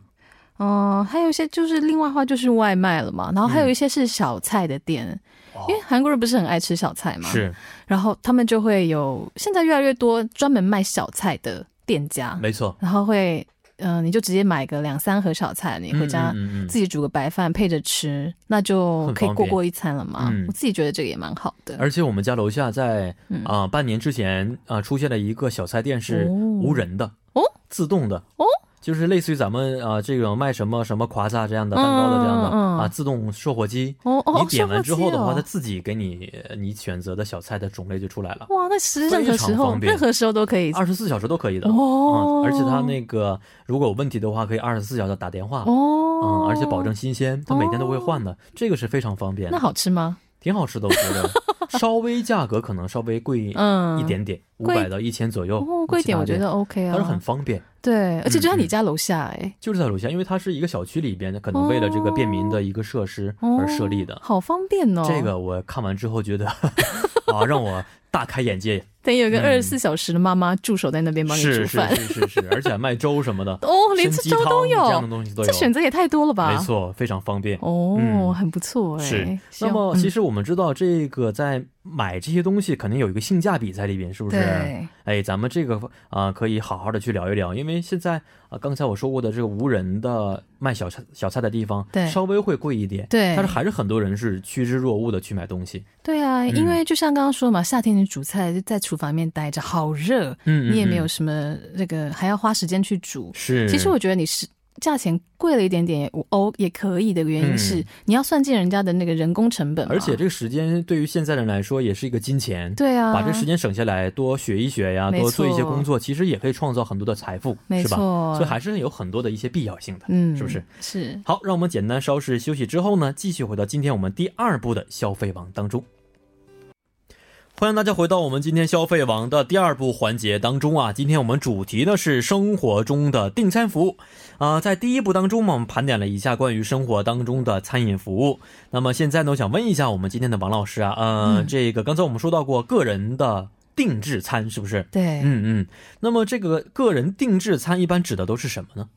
Speaker 4: 哦、还有一些就是另外的话就是外卖了嘛，然后还有一些是小菜的店，
Speaker 1: 哦
Speaker 4: 因为韩国人不是很爱吃小菜嘛，
Speaker 1: 是，
Speaker 4: 然后他们就会有现在越来越多专门卖小菜的店家，
Speaker 1: 没错，
Speaker 4: 然后会，嗯、你就直接买个两三盒小菜，你回家
Speaker 1: 嗯嗯嗯嗯
Speaker 4: 自己煮个白饭配着吃，那就可
Speaker 1: 很
Speaker 4: 以
Speaker 1: 方
Speaker 4: 过
Speaker 1: 便
Speaker 4: 过一餐了嘛。
Speaker 1: 嗯
Speaker 4: 我自己觉得这个也蛮好的。
Speaker 1: 而且我们家楼下在
Speaker 4: 嗯
Speaker 1: 啊、半年之前啊、出现了一个小菜店是
Speaker 4: 哦
Speaker 1: 无人的
Speaker 4: 哦
Speaker 1: 自动的
Speaker 4: 哦，
Speaker 1: 就是类似于咱们啊、这个卖什么什么夸萨这样的蛋糕的这样的、
Speaker 4: 嗯嗯
Speaker 1: 啊自动售货机。
Speaker 4: 哦哦，
Speaker 1: 你点完之后的话，
Speaker 4: 哦
Speaker 1: 它自己给你呃你选择的小菜的种类就出来了，
Speaker 4: 哇，那其实任何时
Speaker 1: 非常
Speaker 4: 候
Speaker 1: 方便
Speaker 4: 任何时候都可以。
Speaker 1: 二十四小时都可以的嗯
Speaker 4: 哦
Speaker 1: 而且它那个如果有问题的话，可以二十四小时打电话。
Speaker 4: 哦
Speaker 1: 嗯，，而且保证新鲜，它每天都会换的，这个是非常方便的。
Speaker 4: 那好吃吗？
Speaker 1: 挺好吃的，我觉 得稍微价格可能稍微贵
Speaker 4: 嗯
Speaker 1: 一点点，五
Speaker 4: 贵
Speaker 1: 百到一千左右。
Speaker 4: 哦，贵一点我觉得 OK
Speaker 1: 其
Speaker 4: 啊，
Speaker 1: 他店但是很方便，
Speaker 4: 对，而且就在
Speaker 1: 嗯
Speaker 4: 你家楼下哎、
Speaker 1: 就是在楼下，因为它是一个小区里边的，可能为了这个便民的一个设施
Speaker 4: 哦
Speaker 1: 而设立的。
Speaker 4: 好方便哦。
Speaker 1: 这个我看完之后觉得 啊，让我大开眼界，
Speaker 4: 等于有个二十四小时的妈妈驻守在那边帮
Speaker 1: 嗯
Speaker 4: 你
Speaker 1: 是
Speaker 4: 煮
Speaker 1: 是
Speaker 4: 饭。，
Speaker 1: 是是是，而且还卖粥什么的
Speaker 4: 哦，连
Speaker 1: 参
Speaker 4: 这
Speaker 1: 鸡
Speaker 4: 粥
Speaker 1: 汤
Speaker 4: 都
Speaker 1: 这样的
Speaker 4: 有，
Speaker 1: 东西都有，
Speaker 4: 这选择也太多了吧？
Speaker 1: 没，错，非常方便。
Speaker 4: 哦，
Speaker 1: 嗯
Speaker 4: 很不错哎、
Speaker 1: 是
Speaker 4: 希
Speaker 1: 那
Speaker 4: 望
Speaker 1: 么，其
Speaker 4: 嗯
Speaker 1: 实我们知道，这个在买这些东西肯定有一个性价比在里边，是不是？
Speaker 4: 对，
Speaker 1: 哎，咱们这个啊、呃可以好好的去聊一聊，因为现在啊、呃刚才我说过的这个无人的卖小菜小菜的地方，
Speaker 4: 对
Speaker 1: 稍微会贵一点，
Speaker 4: 对
Speaker 1: 但是还是很多人是趋之若鹜的去买东西，
Speaker 4: 对啊，
Speaker 1: 嗯
Speaker 4: 因为就像刚刚说嘛，夏天你煮菜就在厨房里面待着，好热，
Speaker 1: 嗯，嗯
Speaker 4: 你也没有
Speaker 1: 嗯
Speaker 4: 什么那个还要花时间去煮。
Speaker 1: 是，
Speaker 4: 其实我觉得你是价钱贵了一点点，我哦也可以的原因是、
Speaker 1: 嗯
Speaker 4: 你要算进人家的那个人工成本嘛，
Speaker 1: 而且这个时间对于现在人来说也是一个金钱，
Speaker 4: 对啊，
Speaker 1: 把这时间省下来，多学一学呀，
Speaker 4: 没
Speaker 1: 多做一些
Speaker 4: 错
Speaker 1: 工作，其实也可以创造很多的财富，
Speaker 4: 没
Speaker 1: 是吧？
Speaker 4: 错
Speaker 1: 所以还是有很多的一些必要性的，
Speaker 4: 嗯，
Speaker 1: 是不是？？
Speaker 4: 是
Speaker 1: 好，让我们简单稍事休息之后呢，继续回到今天我们第二部的消费网当中。欢迎大家回到我们今天消费网的第二部环节当中啊，今天我们主题呢是生活中的订餐服务啊、在第一部当中嘛，我们盘点了一下关于生活当中的餐饮服务。那么现在呢，我想问一下我们今天的王老师啊，呃，
Speaker 4: 嗯
Speaker 1: 这个刚才我们说到过个人的定制餐是不是？
Speaker 4: 对。
Speaker 1: 嗯嗯，那么这个个人定制餐一般指的都是什么呢？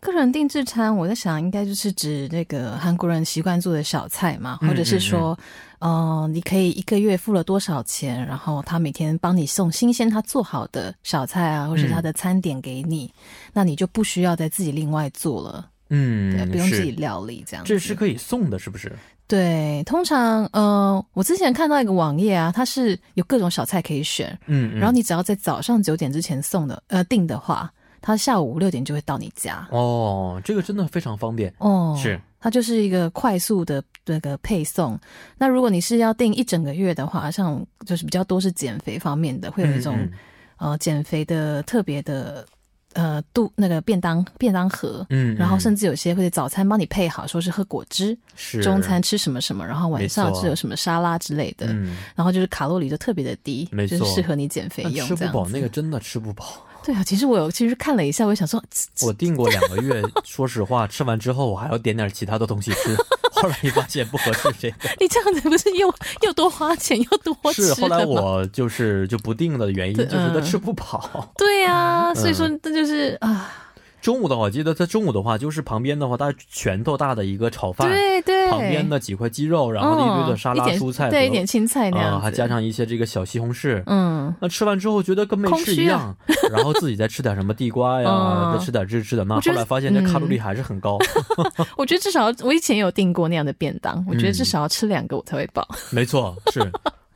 Speaker 4: 个人定制餐，我在想，应该就是指那个韩国人习惯做的小菜嘛，
Speaker 1: 嗯
Speaker 4: 或者是说，嗯、你可以一个月付了多少钱，然后他每天帮你送新鲜他做好的小菜啊，或
Speaker 1: 嗯
Speaker 4: 是他的餐点给你，那你就不需要再自己另外做了，对，
Speaker 1: 嗯，
Speaker 4: 不用自
Speaker 1: 是
Speaker 4: 己料理这样子。
Speaker 1: 这是可以送的，是不是？
Speaker 4: 对，通常，呃，我之前看到一个网页啊，它是有各种小菜可以选，
Speaker 1: 嗯，嗯
Speaker 4: 然后你只要在早上九点之前送的，呃，订的话，它下午六点就会到你家。
Speaker 1: 哦，这个真的非常方便。
Speaker 4: 哦，
Speaker 1: 是，
Speaker 4: 它就是一个快速的那个配送。那如果你是要订一整个月的话，像就是比较多是减肥方面的，会有一种、
Speaker 1: 嗯
Speaker 4: 呃减肥的特别的呃度那个便当便当盒。
Speaker 1: 嗯，嗯
Speaker 4: 然后
Speaker 1: 嗯
Speaker 4: 甚至有些会早餐帮你配好，说是喝果汁，
Speaker 1: 是
Speaker 4: 中餐，吃什么什么，然后晚上
Speaker 1: 没错
Speaker 4: 吃有什么沙拉之类的，
Speaker 1: 嗯，
Speaker 4: 然后就是卡路里就特别的低，
Speaker 1: 没
Speaker 4: 就
Speaker 1: 错
Speaker 4: 是适合你减肥
Speaker 1: 但
Speaker 4: 用
Speaker 1: 吃
Speaker 4: 这
Speaker 1: 不
Speaker 4: 样
Speaker 1: 饱
Speaker 4: 子
Speaker 1: 那个真的吃不 饱。
Speaker 4: 对啊，其实我有其实看了一下，我也想说，
Speaker 1: 我订过两个月， 说实话，吃完之后我还要点点其他的东西 吃，后来一发现不合适这个。
Speaker 4: 你这样子不是又又多花钱又多吃
Speaker 1: 是后来
Speaker 4: 了吗
Speaker 1: 我就是就不订的原因，就
Speaker 4: 对
Speaker 1: 是它
Speaker 4: 嗯
Speaker 1: 吃不饱。
Speaker 4: 对呀、
Speaker 1: 嗯
Speaker 4: 所以说这就是啊，
Speaker 1: 中午的话，我记得它中午的话就是旁边的话，它拳头大的一个炒饭，
Speaker 4: 对对，
Speaker 1: 旁边的几块鸡肉，然后一堆的
Speaker 4: 嗯
Speaker 1: 沙拉、
Speaker 4: 一点
Speaker 1: 蔬菜和，
Speaker 4: 对，一点青菜那样子，
Speaker 1: 啊，还加上一些这个小西红柿，
Speaker 4: 嗯，
Speaker 1: 那吃完之后觉得跟没
Speaker 4: 空
Speaker 1: 吃一
Speaker 4: 虚
Speaker 1: 样
Speaker 4: 啊，
Speaker 1: 然后自己再吃点什么地瓜呀，
Speaker 4: 嗯
Speaker 1: 再吃点这吃点那，
Speaker 4: 我觉
Speaker 1: 后
Speaker 4: 得嗯
Speaker 1: 来发现这卡路里还是很高。
Speaker 4: 我觉得至少我以前有订过那样的便当，我
Speaker 1: 嗯
Speaker 4: 觉得至少要吃两个我才会饱。
Speaker 1: 没错，是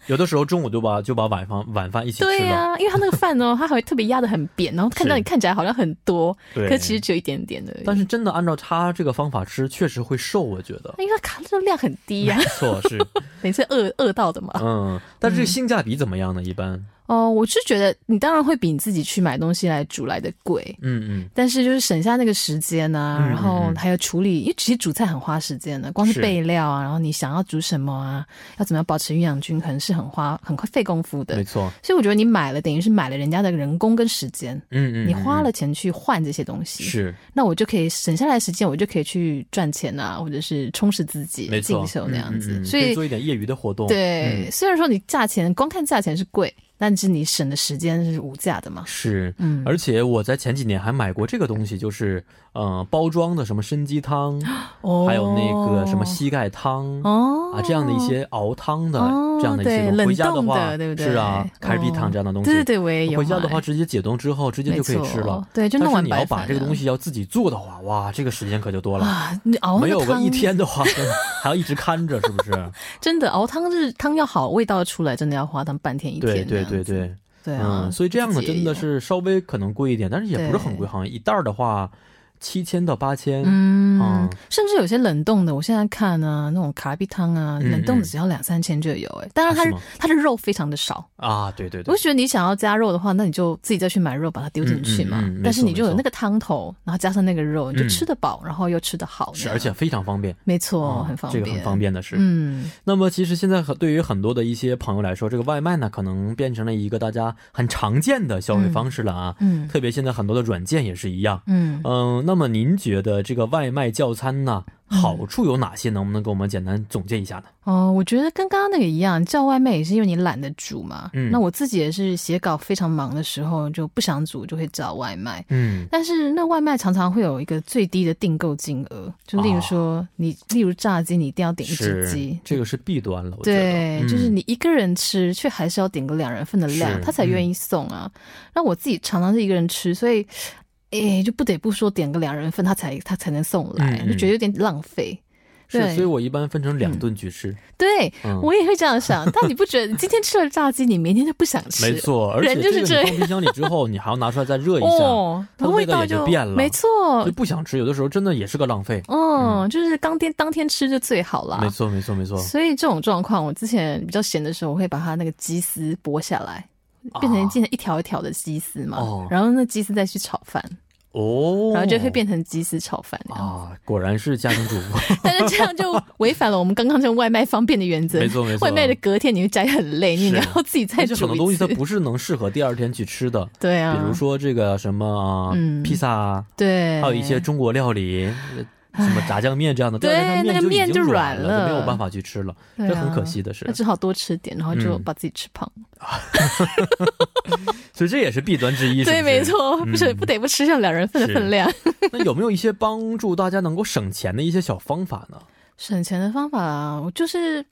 Speaker 1: 有的时候中午就把就把晚饭晚饭一起
Speaker 4: 对
Speaker 1: 吃了。
Speaker 4: 呀、因为它那个饭哦，它还会特别压得很扁，然后看到
Speaker 1: 是
Speaker 4: 你看起来好像很多，
Speaker 1: 对，
Speaker 4: 可其实只有一点点的。
Speaker 1: 但是真的按照他这个方法吃，确实会瘦，我觉得。
Speaker 4: 因为它卡热量很 低呀、
Speaker 1: 没错， 是
Speaker 4: 每次饿饿到的嘛。
Speaker 1: 嗯，但是这个性价比怎么样呢？一般，
Speaker 4: 哦，我是觉得你当然会比你自己去买东西来煮来的贵，
Speaker 1: 嗯嗯，
Speaker 4: 但是就是省下那个时间呐、
Speaker 1: 嗯
Speaker 4: 然后还有处理，因为其实煮菜很花时间的，光
Speaker 1: 是
Speaker 4: 是备料啊，然后你想要煮什么啊，要怎么样保持营养均衡是很花很快费功夫
Speaker 1: 没
Speaker 4: 的。
Speaker 1: 错，
Speaker 4: 所以我觉得你买了等于是买了人家的人工跟时间，
Speaker 1: 嗯嗯，
Speaker 4: 你花
Speaker 1: 嗯
Speaker 4: 了钱去换这些东西，
Speaker 1: 是
Speaker 4: 那我就可以省下来的时间，我就可以去赚钱啊，或者是充实自己
Speaker 1: 没、错
Speaker 4: 进，修
Speaker 1: 嗯
Speaker 4: 那样子。
Speaker 1: 嗯嗯
Speaker 4: 所
Speaker 1: 可以
Speaker 4: 以
Speaker 1: 做一点业余的活动，
Speaker 4: 对，
Speaker 1: 嗯
Speaker 4: 虽然说你价钱光看价钱是贵，但是你省的时间是无价的嘛。
Speaker 1: 是，
Speaker 4: 嗯，
Speaker 1: 而且我在前几年还买过这个东西，就是呃包装的什么参鸡汤，
Speaker 4: 哦
Speaker 1: 还有那个什么膝盖汤、
Speaker 4: 哦
Speaker 1: 啊，这样的一些熬汤的、
Speaker 4: 哦
Speaker 1: 这样的一些
Speaker 4: 对
Speaker 1: 东西。
Speaker 4: 冷
Speaker 1: 回家
Speaker 4: 冻
Speaker 1: 话，
Speaker 4: 的对不对
Speaker 1: 是啊，开壁汤
Speaker 4: 哦
Speaker 1: 这样的东西。
Speaker 4: 对对对，我也有
Speaker 1: 回家的
Speaker 4: 买
Speaker 1: 话，直接解冻之后，直接就可以吃
Speaker 4: 没
Speaker 1: 了
Speaker 4: 错。对就弄完
Speaker 1: 但是你要
Speaker 4: 白
Speaker 1: 把
Speaker 4: 饭
Speaker 1: 这个
Speaker 4: 了
Speaker 1: 东西要自己做的话，哇，这个时间可就多了。
Speaker 4: 啊，你熬那
Speaker 1: 没有个
Speaker 4: 汤
Speaker 1: 一，天的话，真的还要一直看着，是不是？
Speaker 4: 真的熬汤是汤要好，味道出来真的要花到半 天一天
Speaker 1: 对
Speaker 4: 这
Speaker 1: 对
Speaker 4: 样子。
Speaker 1: 对对，
Speaker 4: 对啊，
Speaker 1: 嗯，所以这样
Speaker 4: 自
Speaker 1: 呢，
Speaker 4: 己也
Speaker 1: 真的
Speaker 4: 有
Speaker 1: 是稍微可能贵一点，但是也不是很贵，
Speaker 4: 对
Speaker 1: 好像一袋儿的话，七千到八千，
Speaker 4: 嗯
Speaker 1: 嗯，
Speaker 4: 甚至有些冷冻的，我现在看啊，那种卡比汤啊，
Speaker 1: 嗯
Speaker 4: 冷冻
Speaker 1: 嗯
Speaker 4: 的只要两三千就有哎、当然它
Speaker 1: 啊
Speaker 4: 是
Speaker 1: 是吗
Speaker 4: 它的肉非常的少，
Speaker 1: 啊，对对对
Speaker 4: 我就，觉得你想要加肉的话，那你就自己再去买肉把它丢进去嘛。
Speaker 1: 嗯嗯嗯没
Speaker 4: 但是你
Speaker 1: 错
Speaker 4: 就
Speaker 1: 没
Speaker 4: 有
Speaker 1: 错
Speaker 4: 那个汤头，然后加上那个肉，你就
Speaker 1: 嗯
Speaker 4: 吃得饱，然后又吃得好那
Speaker 1: 是
Speaker 4: 样。
Speaker 1: 而且非常方便，
Speaker 4: 没错，
Speaker 1: 嗯
Speaker 4: 哦很方
Speaker 1: 这个
Speaker 4: 便，
Speaker 1: 很方。便的是，
Speaker 4: 嗯，
Speaker 1: 那么其实现在很对于很多的一些朋友来说，这个外卖呢，可能变成了一个大家很常见的消费方式了啊。
Speaker 4: 嗯
Speaker 1: 特别现在很多的软件也是一样。
Speaker 4: 嗯
Speaker 1: 嗯、那么您觉得这个外卖叫餐呢，
Speaker 4: 嗯
Speaker 1: 好处有哪些？能不能给我们简单总结一下呢？
Speaker 4: 哦，我觉得跟刚刚那个一样，叫外卖也是因为你懒得煮嘛。
Speaker 1: 嗯
Speaker 4: 那我自己也是写稿非常忙的时候就不想煮，就会叫外卖。
Speaker 1: 嗯，
Speaker 4: 但是那外卖常常会有一个最低的订购金额，就例如说你，例如炸鸡，你一定要点一只
Speaker 1: 哦是
Speaker 4: 鸡，，
Speaker 1: 这个是弊端了，我觉得。
Speaker 4: 对，
Speaker 1: 嗯
Speaker 4: 就是你一个人吃，却还是要点个两人份的量
Speaker 1: 是，嗯
Speaker 4: 他才愿意送啊。那、我自己常常是一个人吃，所以，诶、就不得不说点个两人份，他才他才能送来，
Speaker 1: 嗯嗯
Speaker 4: 就觉得有点浪费。
Speaker 1: 是，
Speaker 4: 对
Speaker 1: 所以我一般分成两顿去吃。
Speaker 4: 对、
Speaker 1: 嗯
Speaker 4: 我也会这 样想，但你不觉得你今天吃了炸鸡，你明天就不想
Speaker 1: 嗯
Speaker 4: 吃？
Speaker 1: 没错，而且
Speaker 4: 人就是
Speaker 1: 这个
Speaker 4: 这
Speaker 1: 你
Speaker 4: 样
Speaker 1: 放冰箱里之后，你还要拿出来再热一下，
Speaker 4: 哦，
Speaker 1: 它的
Speaker 4: 味
Speaker 1: 味道
Speaker 4: 道
Speaker 1: 也就变了
Speaker 4: 没错
Speaker 1: 就，不想吃。有的时候真的也是个浪费。
Speaker 4: 嗯，就是当天当天吃就最好啦。
Speaker 1: 没错，没错，没错，
Speaker 4: 所以这种状况，我之前比较闲的时候，我会把它那个鸡丝剥下来，变成变成一条一条的鸡丝嘛，
Speaker 1: 啊哦
Speaker 4: 然后那鸡丝再去炒饭，
Speaker 1: 哦，
Speaker 4: 然后就会变成鸡丝炒饭这样
Speaker 1: 啊，果然是家庭主妇。
Speaker 4: 但是这样就违反了我们刚刚这种外卖方便的原 则。
Speaker 1: 没错没错
Speaker 4: 外卖的隔天你会加很累，
Speaker 1: 是
Speaker 4: 你要自己 再
Speaker 1: 而且
Speaker 4: 煮
Speaker 1: 很多东
Speaker 4: 一
Speaker 1: 西它
Speaker 4: 次。
Speaker 1: 不是能适合第二天去吃的，
Speaker 4: 对啊，
Speaker 1: 比如说这个什么、
Speaker 4: 嗯
Speaker 1: 披萨啊，
Speaker 4: 对，
Speaker 1: 还有一些中国料理，呃什么炸酱面这样的，第二天
Speaker 4: 对
Speaker 1: 它
Speaker 4: 那个
Speaker 1: 面已
Speaker 4: 面就
Speaker 1: 经
Speaker 4: 软
Speaker 1: 了，就没有
Speaker 4: 了
Speaker 1: 办法去吃了，
Speaker 4: 对啊
Speaker 1: 这很可惜的是嗯
Speaker 4: 那，只好多吃点，然后就把自己吃胖。
Speaker 1: 所以这也是弊端之一。
Speaker 4: 对，
Speaker 1: 是不是
Speaker 4: 没。错，不是不得不吃上两人份的
Speaker 1: 是
Speaker 4: 分量。
Speaker 1: 那有没有一些帮助大家能够省钱的一些小方法呢？
Speaker 4: 省钱的方法啊，我就是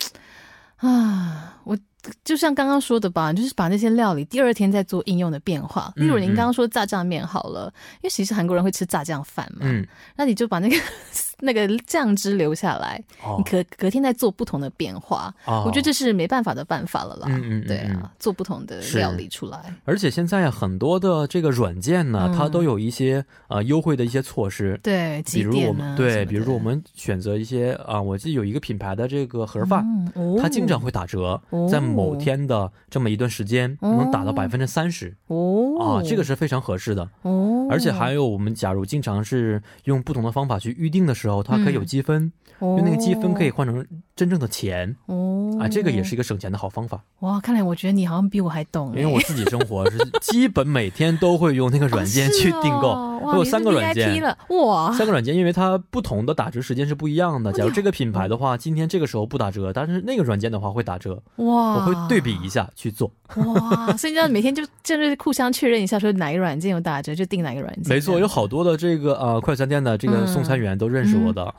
Speaker 4: 啊，我就像刚刚说的吧，就是把那些料理第二天再做应用的变化。
Speaker 1: 嗯
Speaker 4: 例如您刚刚说炸酱面好了，因为其实韩国人会吃炸酱饭嘛，
Speaker 1: 嗯，
Speaker 4: 那你就把那个 那个酱汁留下来，
Speaker 1: 哦
Speaker 4: 你，隔隔天再做不同的变化。
Speaker 1: 哦
Speaker 4: 我觉得这是没办法的办法了啦。
Speaker 1: 嗯嗯嗯
Speaker 4: 对
Speaker 1: 嗯
Speaker 4: 啊，做不同的
Speaker 1: 是
Speaker 4: 料理出来。
Speaker 1: 而且现在啊，很多的这个软件呢，
Speaker 4: 嗯
Speaker 1: 它都有一些呃优惠的一些措施，
Speaker 4: 对，
Speaker 1: 比
Speaker 4: 几
Speaker 1: 如我
Speaker 4: 点
Speaker 1: 们
Speaker 4: 呢？
Speaker 1: 对，
Speaker 4: 什么的
Speaker 1: 比如说我们选择一些啊、我记得有一个品牌的这个盒饭，
Speaker 4: 嗯哦
Speaker 1: 它经常会打折，在某天的这么一段时间，
Speaker 4: 哦
Speaker 1: 能打到百分之三十
Speaker 4: 哦
Speaker 1: 啊，这个是非常合适的。
Speaker 4: 哦，
Speaker 1: 而且还有，我们假如经常是用不同的方法去预定的时候，它可以有
Speaker 4: 嗯
Speaker 1: 积分，
Speaker 4: 用
Speaker 1: 用那个积分可以换成真正的钱
Speaker 4: 哦
Speaker 1: 啊，这个也是一个省钱的好方法。
Speaker 4: 哇，看来我觉得你好像比我还懂
Speaker 1: 因
Speaker 4: 欸、
Speaker 1: 为我自己生活 是基本每天都会用那个软件去订购，
Speaker 4: 哦是哦哇
Speaker 1: 我有三个
Speaker 4: 你是
Speaker 1: 软
Speaker 4: VIP
Speaker 1: 件。
Speaker 4: 了，哇，
Speaker 1: 三个软件，因为它不同的打折时间啊是不一样的。假如这个品牌的话，今天这个时候不打折，但是那个软件的话会打折，
Speaker 4: 哇，
Speaker 1: 我会对比一下去做。
Speaker 4: 哇，所以这样每天就就是互相确认一下，说哪个软件有打折就订哪个软件，
Speaker 1: 没错，有好多的这个呃快餐店的这个
Speaker 4: 嗯
Speaker 1: 送餐员都认识我的，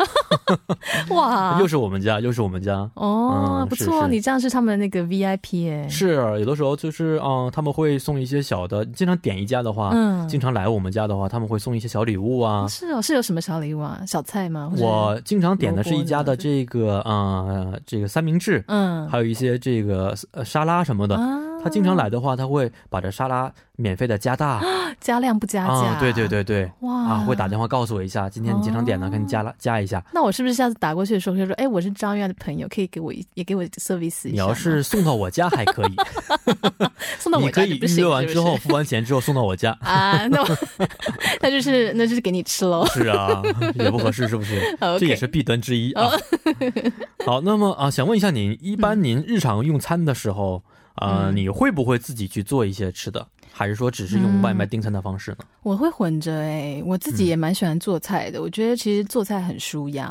Speaker 4: 哇
Speaker 1: 又，是我们家，又是我们家。
Speaker 4: 哦，
Speaker 1: 嗯
Speaker 4: 不
Speaker 1: 是
Speaker 4: 错，
Speaker 1: 是
Speaker 4: 你这样是他们那个 VIP 哎、
Speaker 1: 是有的时候就是嗯、呃他们会送一些小的，经常点一家的话，
Speaker 4: 嗯
Speaker 1: 啊经常来我们家的话，他们会送一些小礼物啊
Speaker 4: 哦。是哦，是有什么小礼物啊，小菜吗？或者
Speaker 1: 我经常点的是一家的这个呃这个三明治，
Speaker 4: 嗯
Speaker 1: 还有一些这个呃沙拉什么的。
Speaker 4: 啊，
Speaker 1: 他经常来的话，他会把这沙拉免费的加大
Speaker 4: 加量不啊加价、
Speaker 1: 啊，对对，对对，
Speaker 4: 哇，
Speaker 1: 啊，会打。电话告诉我一下，今天你经常点的，
Speaker 4: 哦
Speaker 1: 给你加了加一下。
Speaker 4: 那我是不是下次打过去的时候，就说，哎，我是张院的朋友，可以给我一也给我 service 一下吗？
Speaker 1: 你要是送到我家还可 以，
Speaker 4: 送到我
Speaker 1: 你可
Speaker 4: 家
Speaker 1: 以
Speaker 4: 就不
Speaker 1: 预约
Speaker 4: 行
Speaker 1: 完
Speaker 4: 是不
Speaker 1: 之后，
Speaker 4: 是。
Speaker 1: 付完钱之后送到我家
Speaker 4: 啊，那我那就是那就是给你吃 喽。
Speaker 1: 是啊，也不合适，是不是？
Speaker 4: OK 哦
Speaker 1: 这也是弊端之一啊。好，那么啊，想问一下您，一般您日常用餐的时候，呃，
Speaker 4: 嗯
Speaker 1: 你会不会自己去做一些吃的，还是说只是用外卖
Speaker 4: 嗯
Speaker 1: 订餐的方式呢？
Speaker 4: 我会混着哎、我自己也
Speaker 1: 嗯
Speaker 4: 蛮喜欢做菜的。我觉得其实做菜很舒压，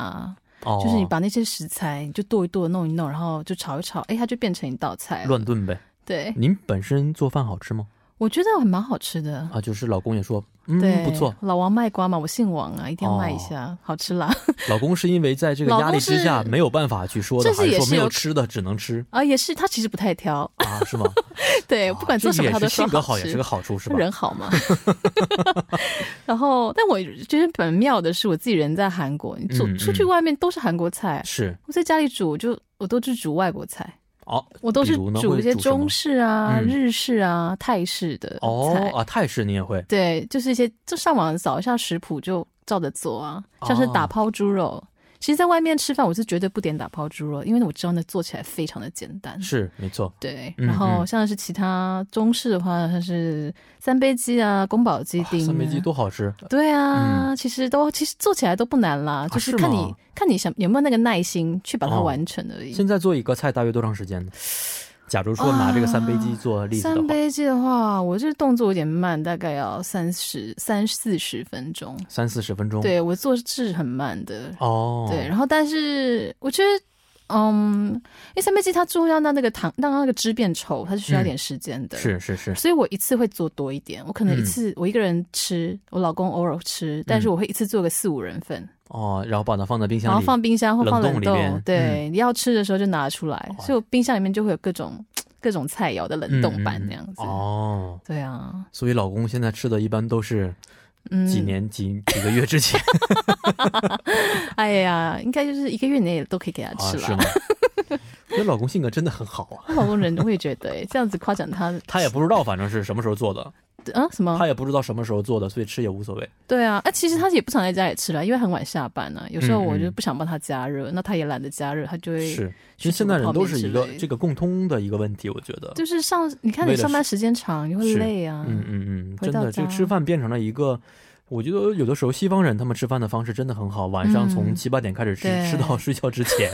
Speaker 1: 哦，
Speaker 4: 就是你把那些食材你就剁一剁、弄一弄，然后就炒一炒，哎、它就变成一道菜了。
Speaker 1: 乱炖呗。
Speaker 4: 对，
Speaker 1: 您本身做饭好吃吗？
Speaker 4: 我觉得还蛮好吃的。
Speaker 1: 啊，就是老公也说，嗯，
Speaker 4: 对，
Speaker 1: 不错。哦
Speaker 4: 老王卖瓜嘛，我姓王啊，一定要卖一下，好吃啦。
Speaker 1: 老公是因为在这个压力之
Speaker 4: 老
Speaker 1: 下
Speaker 4: 公是
Speaker 1: 没有办法去说的，
Speaker 4: 这是
Speaker 1: 还是
Speaker 4: 也
Speaker 1: 说
Speaker 4: 是
Speaker 1: 没
Speaker 4: 有
Speaker 1: 有吃的只能 吃
Speaker 4: 啊，也是，他其实不太挑，
Speaker 1: 啊？是吗？
Speaker 4: 对，不管做什么
Speaker 1: 啊
Speaker 4: 他
Speaker 1: 这
Speaker 4: 都
Speaker 1: 也是
Speaker 4: 说
Speaker 1: 性格
Speaker 4: 好
Speaker 1: 好，
Speaker 4: 吃。
Speaker 1: 也是个好处，是吧？
Speaker 4: 人好嘛。 然后，但我觉得蛮妙的是，我自己人在韩国，你出
Speaker 1: 嗯嗯
Speaker 4: 出去外面都是韩国菜，
Speaker 1: 是
Speaker 4: 我在家里煮就我都是煮外国菜，
Speaker 1: 哦，
Speaker 4: 我都是
Speaker 1: 比如呢
Speaker 4: 煮一些
Speaker 1: 会煮什么
Speaker 4: 中式啊、
Speaker 1: 嗯
Speaker 4: 日式啊、泰式的菜。
Speaker 1: 哦啊，泰式你也会
Speaker 4: 对，就是一些就上网找一下食谱就照着做啊，
Speaker 1: 哦
Speaker 4: 像是打抛猪肉。其实，在外面吃饭，我是绝对不点打抛猪肉，因为我知道那做起来非常的简单。
Speaker 1: 是没错。
Speaker 4: 对，
Speaker 1: 嗯
Speaker 4: 然后
Speaker 1: 嗯
Speaker 4: 像是其他中式的话，像是三杯鸡啊、宫保鸡
Speaker 1: 哇
Speaker 4: 丁、啊、
Speaker 1: 三杯鸡多好吃，
Speaker 4: 对啊，其实都其实做起来都不难啦，就是
Speaker 1: 啊是
Speaker 4: 看
Speaker 1: 吗
Speaker 4: 你看你想有没有那个耐心去把它
Speaker 1: 哦
Speaker 4: 完成而已。
Speaker 1: 现在做一个菜大约多长时间呢？假如说拿这个三杯鸡做例子的
Speaker 4: 啊三
Speaker 1: 话，
Speaker 4: 杯鸡的话，我这动作有点慢，大概要三十三四十分钟。
Speaker 1: 三四十分钟，，
Speaker 4: 对我做是很慢的，
Speaker 1: 哦，
Speaker 4: 对。然后，但是我觉得。嗯，因为三杯鸡它最后要让那个糖让它那个汁变稠，它是需要一点时间的。
Speaker 1: 嗯是是是，
Speaker 4: 所以我一次会做多一点，我可能一
Speaker 1: 嗯
Speaker 4: 次、我一个人吃，我老公偶尔吃，但是我会一次做个四五人份，
Speaker 1: 哦，然后把它放在冰箱里，
Speaker 4: 然后放冰箱或放
Speaker 1: 冷冻
Speaker 4: 冷
Speaker 1: 里
Speaker 4: 冻，
Speaker 1: 边
Speaker 4: 对，你要吃的时候就拿出来，
Speaker 1: 哇
Speaker 4: 所以我冰箱里面就会有各种各种菜肴的冷冻版那样子。
Speaker 1: 嗯哦，
Speaker 4: 对啊，
Speaker 1: 所以老公现在吃的一般都是
Speaker 4: 嗯，
Speaker 1: 几？年、几几个月之前
Speaker 4: 哎呀，应该就是一个月内都可以给他
Speaker 1: 啊，
Speaker 4: 吃
Speaker 1: 是
Speaker 4: 了。
Speaker 1: 吗？ 我觉得老公性格真的很好啊，
Speaker 4: 我老公人我也觉得、哎，这样子夸奖他，
Speaker 1: 他也不知道反正是什么时候做的，
Speaker 4: 啊什么
Speaker 1: 他？也不知道什么时候做的，所以吃也无所谓。
Speaker 4: 对啊，哎、其实他也不常在家里吃了，因为很晚下班呢、有时候
Speaker 1: 嗯嗯
Speaker 4: 我就不想帮他加热，那他也懒得加热，他就会
Speaker 1: 是，其
Speaker 4: 去
Speaker 1: 实现
Speaker 4: 煮
Speaker 1: 在
Speaker 4: 个
Speaker 1: 人
Speaker 4: 泡
Speaker 1: 都
Speaker 4: 面
Speaker 1: 是
Speaker 4: 之
Speaker 1: 一个
Speaker 4: 类
Speaker 1: 这个共通的一个问题，我觉得，
Speaker 4: 就是上，你看
Speaker 1: 为
Speaker 4: 你
Speaker 1: 了
Speaker 4: 上班时间长，你会
Speaker 1: 是
Speaker 4: 累啊。
Speaker 1: 嗯嗯嗯，
Speaker 4: 回
Speaker 1: 真
Speaker 4: 到
Speaker 1: 的，这个
Speaker 4: 家
Speaker 1: 吃饭变成了一个。我觉得有的时候西方人他们吃饭的方式真的很好，晚上从
Speaker 4: 嗯
Speaker 1: 七八点开始吃，
Speaker 4: 对
Speaker 1: 吃到睡觉之 前，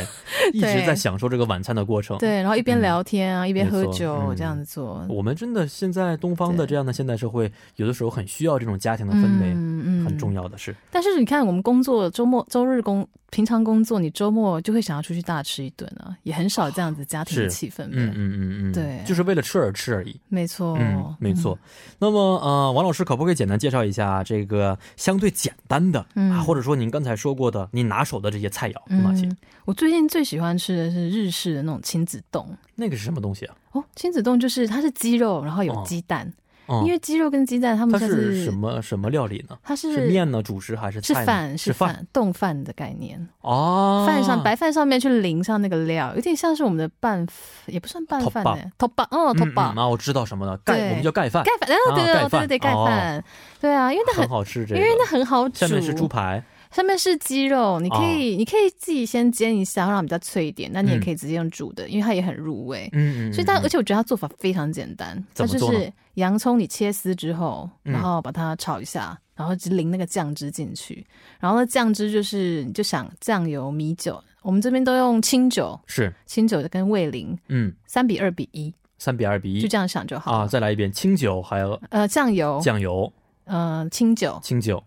Speaker 1: 一直
Speaker 4: 对
Speaker 1: 在享受这个晚餐的过程。
Speaker 4: 对，然后一边
Speaker 1: 嗯
Speaker 4: 聊天啊，一边
Speaker 1: 没
Speaker 4: 喝
Speaker 1: 错
Speaker 4: 酒，
Speaker 1: 嗯
Speaker 4: 这样子做，
Speaker 1: 我们真的现在东方的
Speaker 4: 对
Speaker 1: 这样的现代社会，有的时候很需要这种家庭的氛围，
Speaker 4: 嗯
Speaker 1: 很重
Speaker 4: 要。
Speaker 1: 要的是，
Speaker 4: 但是你看，我们工作周末、周日工，平常工作，你周末就会想要出去大吃一顿啊，也很少这样子家庭
Speaker 1: 是
Speaker 4: 的气氛。
Speaker 1: 嗯，嗯嗯嗯，
Speaker 4: 对
Speaker 1: 就是为了吃而吃而已。
Speaker 4: 没错，
Speaker 1: 嗯，没错。那么呃，王老师可不可以简单介绍一下这个相对简单的、
Speaker 4: 嗯
Speaker 1: 啊，或者说您刚才说过的你拿手的这些菜肴有
Speaker 4: 嗯。
Speaker 1: 哪些？
Speaker 4: 嗯，我最近最喜欢吃的是日式的那种亲子冻。
Speaker 1: 那个是什么东西啊？
Speaker 4: 哦，亲子冻就是它是鸡肉，然后
Speaker 1: 哦
Speaker 4: 有鸡蛋，
Speaker 1: 嗯，
Speaker 4: 因为鸡肉跟鸡蛋它
Speaker 1: 它
Speaker 4: 们像
Speaker 1: 是什么什么料理呢？
Speaker 4: 它是
Speaker 1: 是面呢，主食还是
Speaker 4: 是
Speaker 1: 菜呢？
Speaker 4: 饭
Speaker 1: 是
Speaker 4: 是
Speaker 1: 饭
Speaker 4: 饭冻饭的概念。
Speaker 1: 哦，
Speaker 4: 饭上白饭上面去淋上那个料，有点像是我们的拌，也不算拌饭呢、头巴，嗯，
Speaker 1: 嗯
Speaker 4: 头
Speaker 1: 嗯
Speaker 4: 巴、
Speaker 1: 啊，我知道什么了，盖
Speaker 4: 对
Speaker 1: 我们叫盖饭，
Speaker 4: 盖饭，啊，对
Speaker 1: 啊
Speaker 4: 对
Speaker 1: 盖
Speaker 4: 对
Speaker 1: 饭
Speaker 4: 对对，盖饭，对啊，因为那很
Speaker 1: 很，好吃这
Speaker 4: 因
Speaker 1: 个。
Speaker 4: 为那很好煮，
Speaker 1: 下面是猪排，
Speaker 4: 上面是鸡肉，你可以、你可以自己先煎一下，然后让它比较脆一点，那你也
Speaker 1: 嗯
Speaker 4: 可以直接用煮的，因为它也很入味。
Speaker 1: 嗯嗯，
Speaker 4: 所以它，
Speaker 1: 嗯
Speaker 4: 而且我觉得它做法非常简单，
Speaker 1: 怎
Speaker 4: 它
Speaker 1: 么
Speaker 4: 就
Speaker 1: 做呢
Speaker 4: 是洋葱你切丝之后，
Speaker 1: 嗯
Speaker 4: 然后把它炒一下，然后只淋那个酱汁进去，然后那酱汁就是你就想酱油、米酒，我们这边都用清酒，
Speaker 1: 是
Speaker 4: 清酒跟味淋
Speaker 1: 嗯，
Speaker 4: 三比二比一，
Speaker 1: 三比二比一，
Speaker 4: 就这样想就好。
Speaker 1: 啊，再来一遍，清酒还有
Speaker 4: 呃，酱油，
Speaker 1: 酱油、
Speaker 4: 呃，清酒，
Speaker 1: 清酒、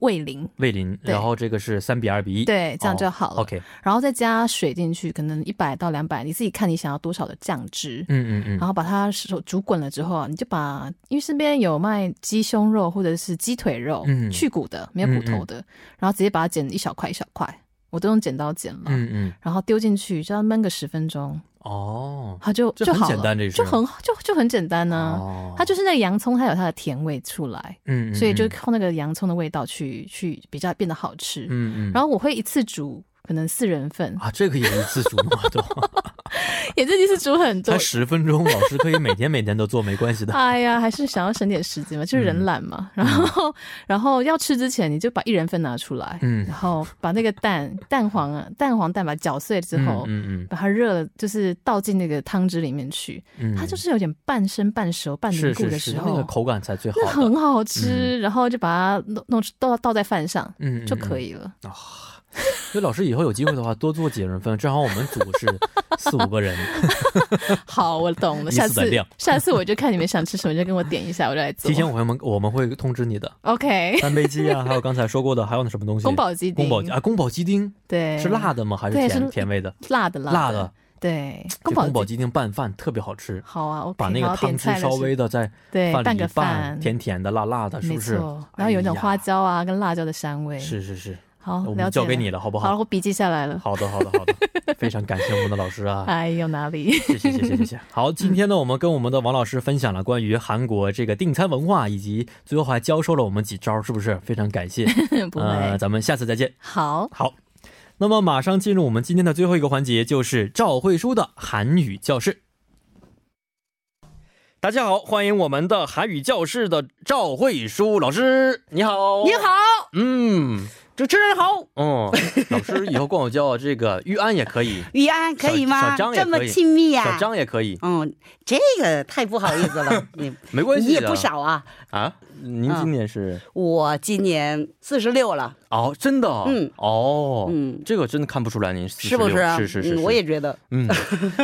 Speaker 4: 味淋，
Speaker 1: 味淋，
Speaker 4: 对
Speaker 1: 然后这个是三比二比一，
Speaker 4: 对，这样就好了。
Speaker 1: 哦，OK，
Speaker 4: 然后再加水进去，可能一百到两百，你自己看你想要多少的酱汁。
Speaker 1: 嗯嗯
Speaker 4: 然
Speaker 1: 嗯，
Speaker 4: 后把它手煮滚了之后啊，你就把，因为身边有卖鸡胸肉或者是鸡腿肉，
Speaker 1: 嗯
Speaker 4: 去骨的，没有骨头的，然后直接把它剪一小块一小块，我都用剪刀剪了，
Speaker 1: 嗯嗯，
Speaker 4: 然后丢进去，就要焖个十分钟，
Speaker 1: 哦，
Speaker 4: 它就
Speaker 1: 这
Speaker 4: 就
Speaker 1: 很
Speaker 4: 好了，
Speaker 1: 简单这事
Speaker 4: 就很就就很简单啊呢、
Speaker 1: 哦，
Speaker 4: 它就是那个洋葱，它有它的甜味出来，
Speaker 1: 嗯，嗯
Speaker 4: 所以就
Speaker 1: 嗯
Speaker 4: 靠那个洋葱的味道去去比较变得好吃。
Speaker 1: 嗯嗯，
Speaker 4: 然后我会一次煮可能四人份，
Speaker 1: 啊，这个也一次煮嘛， 都
Speaker 4: 也自己是煮很多
Speaker 1: 才。十分钟，老师可以每天每天都做，没关系的。
Speaker 4: 哎呀，还是想要省点时间嘛，
Speaker 1: 嗯
Speaker 4: 就是人懒嘛。然后，然后要吃之前，你就把一人份拿出来，
Speaker 1: 嗯
Speaker 4: 然后把那个蛋、蛋黄啊、蛋黄蛋把它搅碎之后，
Speaker 1: 嗯嗯
Speaker 4: 把它热了，就是倒进那个汤汁里面去。
Speaker 1: 嗯，
Speaker 4: 它就是有点半生半熟、半凝
Speaker 1: 是
Speaker 4: 固
Speaker 1: 是
Speaker 4: 的
Speaker 1: 是，
Speaker 4: 时
Speaker 1: 那
Speaker 4: 候，
Speaker 1: 个口感嗯才最好
Speaker 4: 那
Speaker 1: 的。
Speaker 4: 很好吃。然后就把它弄弄倒倒在饭上，
Speaker 1: 嗯，嗯
Speaker 4: 就可。
Speaker 1: 嗯
Speaker 4: 以了。
Speaker 1: 所以老师以后有机会的话，多做几人份，正好我们组是四五个 人。
Speaker 4: 好，我懂了。
Speaker 1: 一
Speaker 4: 下
Speaker 1: 次再
Speaker 4: 次
Speaker 1: 亮
Speaker 4: 下次我就看你们想吃什么，就跟我点一下，我 就来做。
Speaker 1: 提前我们我们会通知你的。
Speaker 4: OK，
Speaker 1: 三杯鸡啊，还有刚才说过的，还有那什么东西？
Speaker 4: 宫保鸡丁，
Speaker 1: 宫保鸡啊，宫保鸡丁
Speaker 4: 对，
Speaker 1: 是辣的吗？还是
Speaker 4: 对
Speaker 1: 甜
Speaker 4: 是
Speaker 1: 甜味的？
Speaker 4: 辣的
Speaker 1: 辣
Speaker 4: 的
Speaker 1: 的，，
Speaker 4: 对，
Speaker 1: 这
Speaker 4: 宫
Speaker 1: 宫保
Speaker 4: 保
Speaker 1: 鸡丁拌饭特别好吃，
Speaker 4: 好啊，OK，
Speaker 1: 把那
Speaker 4: 好
Speaker 1: 个
Speaker 4: 点
Speaker 1: 汤汁
Speaker 4: 菜了
Speaker 1: 稍
Speaker 4: 是
Speaker 1: 微的在
Speaker 4: 对
Speaker 1: 饭
Speaker 4: 拌
Speaker 1: 里
Speaker 4: 个
Speaker 1: 拌，
Speaker 4: 饭，
Speaker 1: 甜甜的、辣辣的，是
Speaker 4: 没
Speaker 1: 不是？
Speaker 4: 错，然后有一
Speaker 1: 哎
Speaker 4: 种
Speaker 1: 呀
Speaker 4: 花椒啊跟辣椒的香味，
Speaker 1: 是是是，
Speaker 4: 好
Speaker 1: 我
Speaker 4: 哦了
Speaker 1: 们
Speaker 4: 解
Speaker 1: 交给
Speaker 4: 了
Speaker 1: 你了，好不
Speaker 4: 好
Speaker 1: 好？
Speaker 4: 我笔记下来了。
Speaker 1: 好的，好的，好 的，非常感谢我们的老师啊。
Speaker 4: 哎，有哪里？
Speaker 1: 谢谢谢谢谢谢。好，
Speaker 4: 嗯
Speaker 1: 今天呢，我们跟我们的王老师分享了关于韩国这个订餐文化，以及最后还教授了我们几招，是不是？非常感 谢。
Speaker 4: 不
Speaker 1: 呃，
Speaker 4: 会。
Speaker 1: 咱们下次再见。
Speaker 4: 好，
Speaker 1: 好，那么马上进入我们今天的最后一个环节，就是赵慧舒的韩语教室。大家好，欢迎我们的韩语教室的赵慧舒老师，你好，
Speaker 5: 你，好，
Speaker 1: 嗯，
Speaker 5: 主持人好，
Speaker 1: 哦，老师以后管我叫这个玉安也可以，
Speaker 5: 玉安可以
Speaker 1: 小
Speaker 5: 吗？
Speaker 1: 小张也
Speaker 5: 这
Speaker 1: 可
Speaker 5: 么
Speaker 1: 以
Speaker 5: 亲密
Speaker 6: 啊
Speaker 5: 呀、
Speaker 1: 小张也可以，
Speaker 5: 嗯，这个太不好意思了，你
Speaker 1: 没关系
Speaker 5: 你也
Speaker 1: 的，
Speaker 5: 不少啊，
Speaker 1: 啊，您今年是、
Speaker 6: 我今年四十六了，
Speaker 1: 哦，真的，
Speaker 6: 嗯，
Speaker 1: 哦，
Speaker 6: 嗯
Speaker 1: 这个真的看不出来您
Speaker 6: 是不
Speaker 1: 是
Speaker 6: 是啊？
Speaker 1: 是是是
Speaker 6: 嗯我也觉得
Speaker 1: 嗯，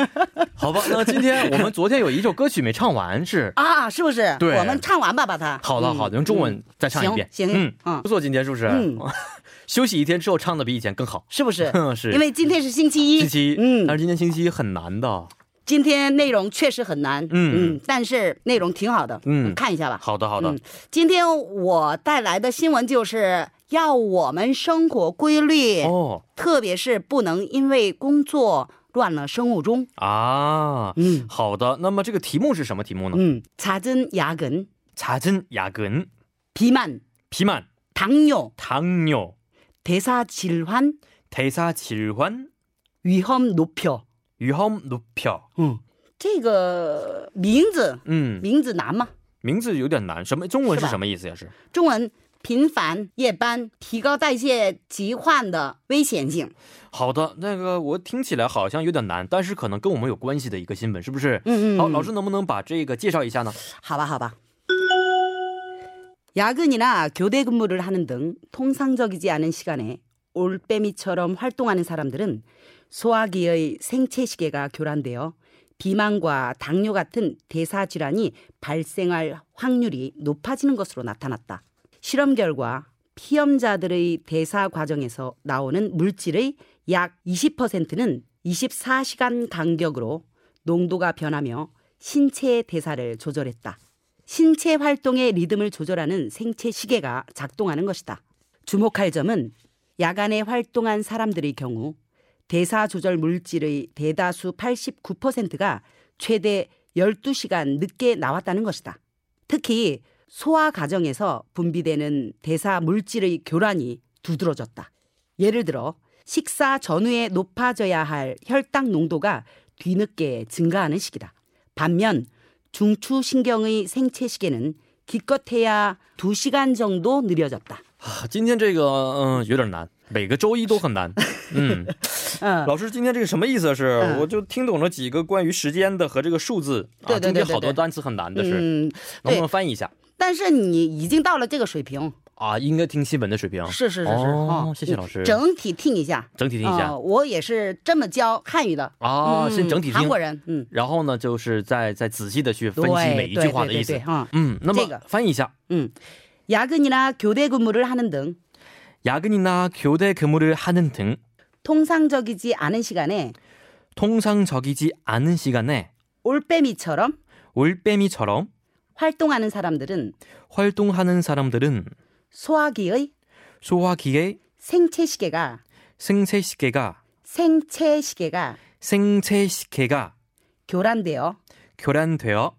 Speaker 1: 好吧，那今天我们昨天有一首歌曲没唱完，是
Speaker 6: 啊，是不是？
Speaker 1: 对
Speaker 6: 我们唱完吧，把它。
Speaker 1: 好的好的，用中文再唱一遍，
Speaker 6: 嗯行行
Speaker 1: 嗯，
Speaker 6: 嗯
Speaker 1: 不错，今天是不是？
Speaker 6: 嗯，
Speaker 1: 休息一天之后唱的比以前更好，
Speaker 6: 是不是？
Speaker 1: 哼是
Speaker 6: 因为今天是星期一，
Speaker 1: 星期一，但是
Speaker 6: 嗯，
Speaker 1: 今天星期一很难的，
Speaker 6: 今天内容确实很难，
Speaker 1: 嗯
Speaker 6: 但是内容挺好的，
Speaker 1: 嗯
Speaker 6: 看一下吧。
Speaker 1: 好的好的
Speaker 6: 嗯，今天我带来的新闻就是要我们生活规律，
Speaker 1: 哦
Speaker 6: 特别是不能因为工作乱了生物钟。
Speaker 1: 啊，
Speaker 6: 嗯
Speaker 1: 好的，那么这个题目是什么题目呢？
Speaker 6: 嗯，查真牙根、
Speaker 1: 查真雅根
Speaker 6: 皮满、
Speaker 1: 피만
Speaker 6: 糖尿、
Speaker 1: 당뇨
Speaker 6: 대사 질환,
Speaker 1: 대사 질환
Speaker 6: 위험 높여。
Speaker 1: 위험 높여
Speaker 6: 嗯，这个名字
Speaker 1: 嗯，
Speaker 6: 名字难吗？
Speaker 1: 名字有点难，什么中文是
Speaker 6: 是吧
Speaker 1: 什么意思呀？是
Speaker 6: 中文频繁夜班提高代谢疾患的危险性。
Speaker 1: 好的，那个我听起来好像有点难，但是可能跟我们有关系的一个新闻，是不是？
Speaker 6: 嗯
Speaker 1: 好，老师能不能把这个介绍一下呢？
Speaker 6: 봐봐 봐봐. 야근이나 교대 근무를 하는 등 통상적이지 않은 시간에 올빼미처럼 활동하는 사람들은 소화기의 생체 시계가 교란되어 비만과 당뇨 같은 대사 질환이 발생할 확률이 높아지는 것으로 나타났다. 실험 결과 피험자들의 대사 과정에서 나오는 물질의 약 20%는 24시간 간격으로 농도가 변하며 신체의 대사를 조절했다. 신체 활동의 리듬을 조절하는 생체 시계가 작동하는 것이다. 주목할 점은 야간에 활동한 사람들의 경우 대사 조절 물질의 대다수 89%가 최대 12시간 늦게 나왔다는 것이다. 특히 소화 과정에서 분비되는 대사 물질의 교란이 두드러졌다. 예를 들어 식사 전후에 높아져야 할 혈당 농도가 뒤늦게 증가하는 시기다. 반면 중추신경의 생체 시계는 기껏해야 2시간 정도 느려졌다. 어,
Speaker 1: 啊今天这个嗯有点难，每个周一都 很难。嗯，
Speaker 6: 嗯
Speaker 1: 老师今天这个什么意思啊？是、
Speaker 6: 嗯
Speaker 1: 我就听懂了几个关于时间的和这个数字啊，
Speaker 6: 对对
Speaker 1: 中
Speaker 6: 对
Speaker 1: 间
Speaker 6: 对
Speaker 1: 好多
Speaker 6: 对
Speaker 1: 单词很难的是，
Speaker 6: 嗯，
Speaker 1: 能不能
Speaker 6: 对，
Speaker 1: 翻译一下
Speaker 6: 但是你已经到了这个水平，
Speaker 1: 啊？应该听新闻的水平，
Speaker 6: 是是是是，
Speaker 1: 哦
Speaker 6: 嗯
Speaker 1: 아. 어， 谢谢老师
Speaker 6: 整体听一下，
Speaker 1: 整体听一下
Speaker 6: 哦我也是这么教汉语的
Speaker 1: 啊，
Speaker 6: 嗯
Speaker 1: 先整体听
Speaker 6: 韩，国人，嗯，
Speaker 1: 然后呢就是再再仔细的去分
Speaker 6: 对
Speaker 1: 析每
Speaker 6: 네,
Speaker 1: 一句话的意思
Speaker 6: 对对对。对啊
Speaker 1: 嗯，那
Speaker 6: 这
Speaker 1: 么
Speaker 6: 个
Speaker 1: 翻译一下。
Speaker 6: 어. 야근이나 교대 근무를 하는 등
Speaker 1: 야근이나 교대 근무를 하는 등
Speaker 6: 통상적이지 않은 시간에
Speaker 1: 통상적이지 않은 시간에
Speaker 6: 올빼미처럼
Speaker 1: 올빼미처럼
Speaker 6: 활동하는 사람들은
Speaker 1: 활동하는 사람들은
Speaker 6: 소화기의
Speaker 1: 소화기의
Speaker 6: 생체 시계가
Speaker 1: 생체시계가
Speaker 6: 생체 시계가
Speaker 1: 생체시계가
Speaker 6: 교란되어
Speaker 1: 교란되어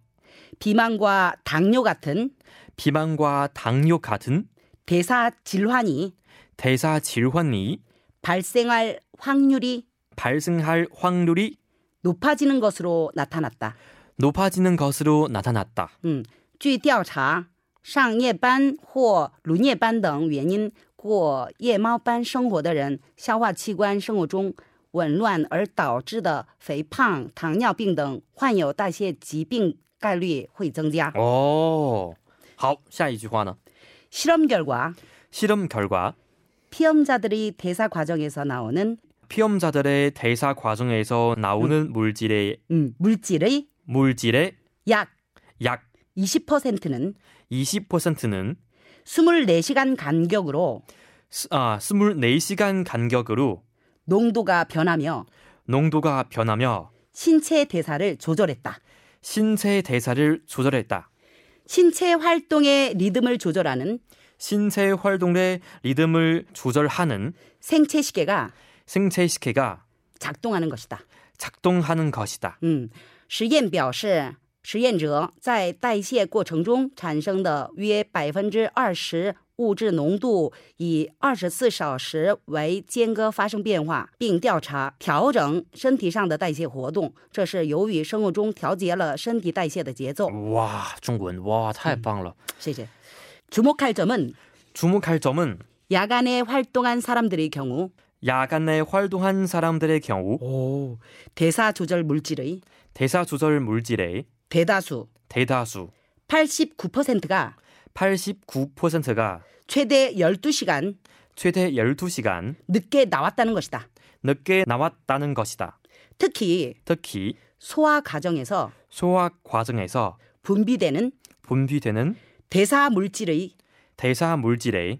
Speaker 6: 비만과 당뇨 같은
Speaker 1: 비만과 당뇨 같은
Speaker 6: 대사 질환이
Speaker 1: 대사 질환이
Speaker 6: 발생할 확률이
Speaker 1: 발생할 확률이
Speaker 6: 높아지는 것으로 나타났다.
Speaker 1: 높아지는 것으로 나타났다.
Speaker 6: 嗯，据调查，上夜班或轮夜班等原因过夜猫班生活的人，消化器官生活中紊乱而导致的肥胖、糖尿病等患有代谢疾病概率会增加。
Speaker 1: 오. 好,下一句话呢?
Speaker 6: 실험 결과
Speaker 1: 실험 결과
Speaker 6: 피험자들이 대사 과정에서 나오는
Speaker 1: 피험자들의 대사 과정에서 나오는 물질의
Speaker 6: 음, 물질의
Speaker 1: 물질의
Speaker 6: 약
Speaker 1: 약
Speaker 6: 20%는
Speaker 1: 20%는
Speaker 6: 24시간 간격으로
Speaker 1: 아, 24시간 간격으로
Speaker 6: 농도가 변하며
Speaker 1: 농도가 변하며
Speaker 6: 신체 대사를 조절했다.
Speaker 1: 신체 대사를 조절했다.
Speaker 6: 신체 활동의 리듬을 조절하는
Speaker 1: 신체 활동의 리듬을 조절하는
Speaker 6: 생체 시계가
Speaker 1: 생체 시계가
Speaker 6: 작동하는 것이다.
Speaker 1: 작동하는 것이다.
Speaker 6: 嗯，实验表示，实验者在代谢过程中产生的约百分之二十物质浓度，以二十四小时为间隔发生变化，并调查调整身体上的代谢活动。这是由于生物钟调节了身体代谢的节奏。
Speaker 1: 와, 중원. 와, 太棒了.
Speaker 6: 谢谢。주목할점은
Speaker 1: 주목할 점은
Speaker 6: 야간에 활동한 사람들의 경우
Speaker 1: 야간에 활동한 사람들의 경우
Speaker 6: 대사 조절 물질의
Speaker 1: 대사 조절 물질의
Speaker 6: 대다수
Speaker 1: 대다수
Speaker 6: 89%가
Speaker 5: 89%가
Speaker 6: 최대 12시간
Speaker 5: 최대 12시간
Speaker 6: 늦게 나왔다는 것이다.
Speaker 5: 늦게 나왔다는 것이다.
Speaker 6: 특히
Speaker 5: 특히
Speaker 6: 소화 과정에서
Speaker 5: 소화 과정에서
Speaker 6: 분비되는
Speaker 5: 분비되는
Speaker 6: 대사 물질의
Speaker 5: 대사 물질의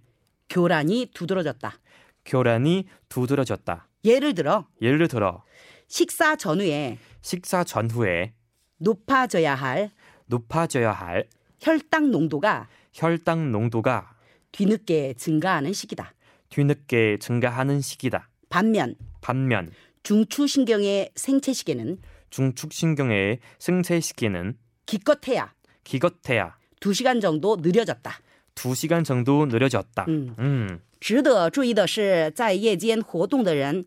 Speaker 6: 교란이 두드러졌다.
Speaker 5: 교란이 두드러졌다.
Speaker 6: 예를 들어
Speaker 5: 예를 들어
Speaker 6: 식사 전후에
Speaker 5: 식사 전후에
Speaker 6: 높아져야 할
Speaker 5: 높아져야 할
Speaker 6: 혈당 농도가
Speaker 5: 혈당 농도가
Speaker 6: 뒤늦게 증가하는 시기다.
Speaker 5: 뒤늦게 증가하는 시기다.
Speaker 6: 반면
Speaker 5: 반면
Speaker 6: 중추신경의 생체 시계는
Speaker 5: 중축신경의 생체 시기는
Speaker 6: 기껏해야
Speaker 5: 기껏해야
Speaker 6: 2시간 정도 느려졌다.
Speaker 5: 2시간 정도 느려졌다.
Speaker 6: 음.
Speaker 5: 음.
Speaker 6: 值得注意的是，在夜间活动的人，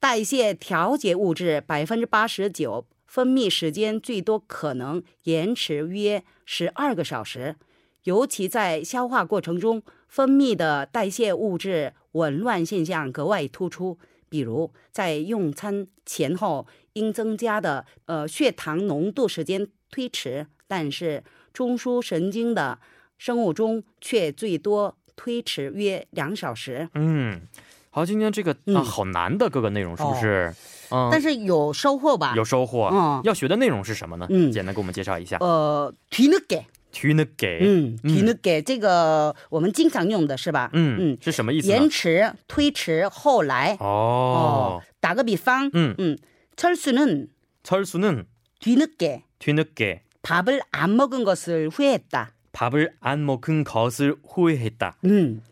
Speaker 6: 代谢调节物质百分之八十九，分泌时间最多可能延迟约十二个小时。尤其在消化过程中分泌的代谢物质紊乱现象格外突出，比如在用餐前后应增加的呃血糖浓度时间推迟，但是中枢神经的生物钟却最多推迟约两小时。
Speaker 5: 嗯，好，今天这个、啊，
Speaker 6: 嗯
Speaker 5: 好难的各个内容是不是？嗯，
Speaker 6: 但是有收获吧？
Speaker 5: 有收获、
Speaker 6: 嗯
Speaker 5: 要学的内容是什么呢？
Speaker 6: 嗯
Speaker 5: 简单给我们介绍一下。
Speaker 6: 呃，提呢给，
Speaker 5: 음. 뒤呢给，
Speaker 6: 嗯，提呢给这个我们经常用的是吧？
Speaker 5: 嗯，是什么意思呢
Speaker 6: 延？迟、推迟、后来。
Speaker 5: 哦，
Speaker 6: 打个比方，
Speaker 5: 아. 음.
Speaker 6: 음, 철수는
Speaker 5: 철수는
Speaker 6: 뒤늦게
Speaker 5: 뒤呢给
Speaker 6: 밥을 안 먹은 것을 후회했다.
Speaker 5: 밥을 안 먹은 것을 후회했다.
Speaker 6: 음,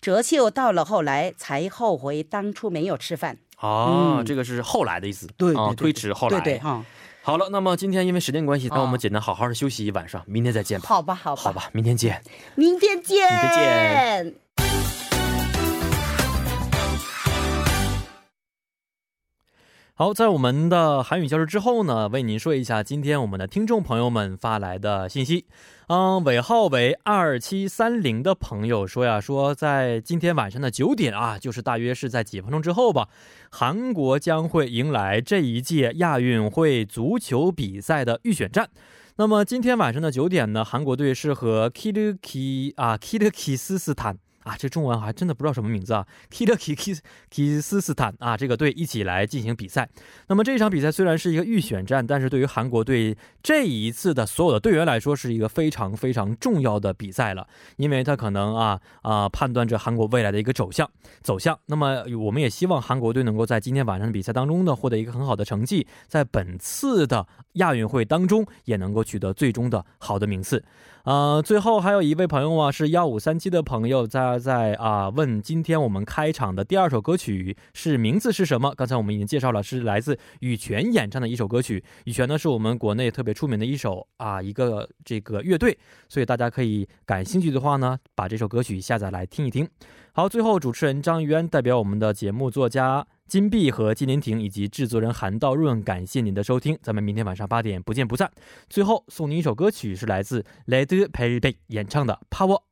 Speaker 6: 절秀到了后来才后悔当初没有吃饭。
Speaker 5: 哦、
Speaker 6: 嗯
Speaker 5: 这个是后来的意思，
Speaker 6: 对
Speaker 5: 啊、
Speaker 6: 对对
Speaker 5: 推迟后来。
Speaker 6: 对对哈、
Speaker 5: 好了，那么今天因为时间关系，让我们简单好好的休息一晚上，明天再见吧。
Speaker 6: 好吧，好吧，
Speaker 5: 哎好，吧，明天见。
Speaker 6: 明天见，
Speaker 5: 明天见。
Speaker 1: 好，在我们的韩语教室之后呢，为您说一下今天我们的听众朋友们发来的信息。嗯，尾号为二七三零的朋友说呀，说在今天晚上的九点啊，就是大约是在几分钟之后吧，韩国将会迎来这一届亚运会足球比赛的预选战。那么今天晚上的九点呢，韩国队是和 k i r k 啊 k i r k 斯斯坦啊，这中文还真的不知道什么名字啊 k i r k 吉斯斯坦啊这个队一起来进行比赛。那么这场比赛虽然是一个预选战，但是对于韩国队这一次的所有的队员来说，是一个非常非常重要的比赛了，因为他可能啊啊、判断着韩国未来的一个走向走向。那么我们也希望韩国队能够在今天晚上的比赛当中呢，获得一个很好的成绩，在本次的亚运会当中也能够取得最终的好的名次。呃，最后还有一位朋友啊，是幺五三七的朋友在在啊、问，今天我们开场的第二首歌曲是名字是什么？刚才我们已经介绍了，是来自羽泉演唱的一首歌曲。羽泉呢是我们国内特别出名的一首啊一个这个乐队，所以大家可以感兴趣的话呢，把这首歌曲下载来听一听。好，最后主持人张渊代表我们的节目作家。金碧和金林婷以及制作人韩道润，感谢您的收听，咱们明天晚上八点不见不散。最后送您一首歌曲，是来自 Led Zeppelin 演唱的《Power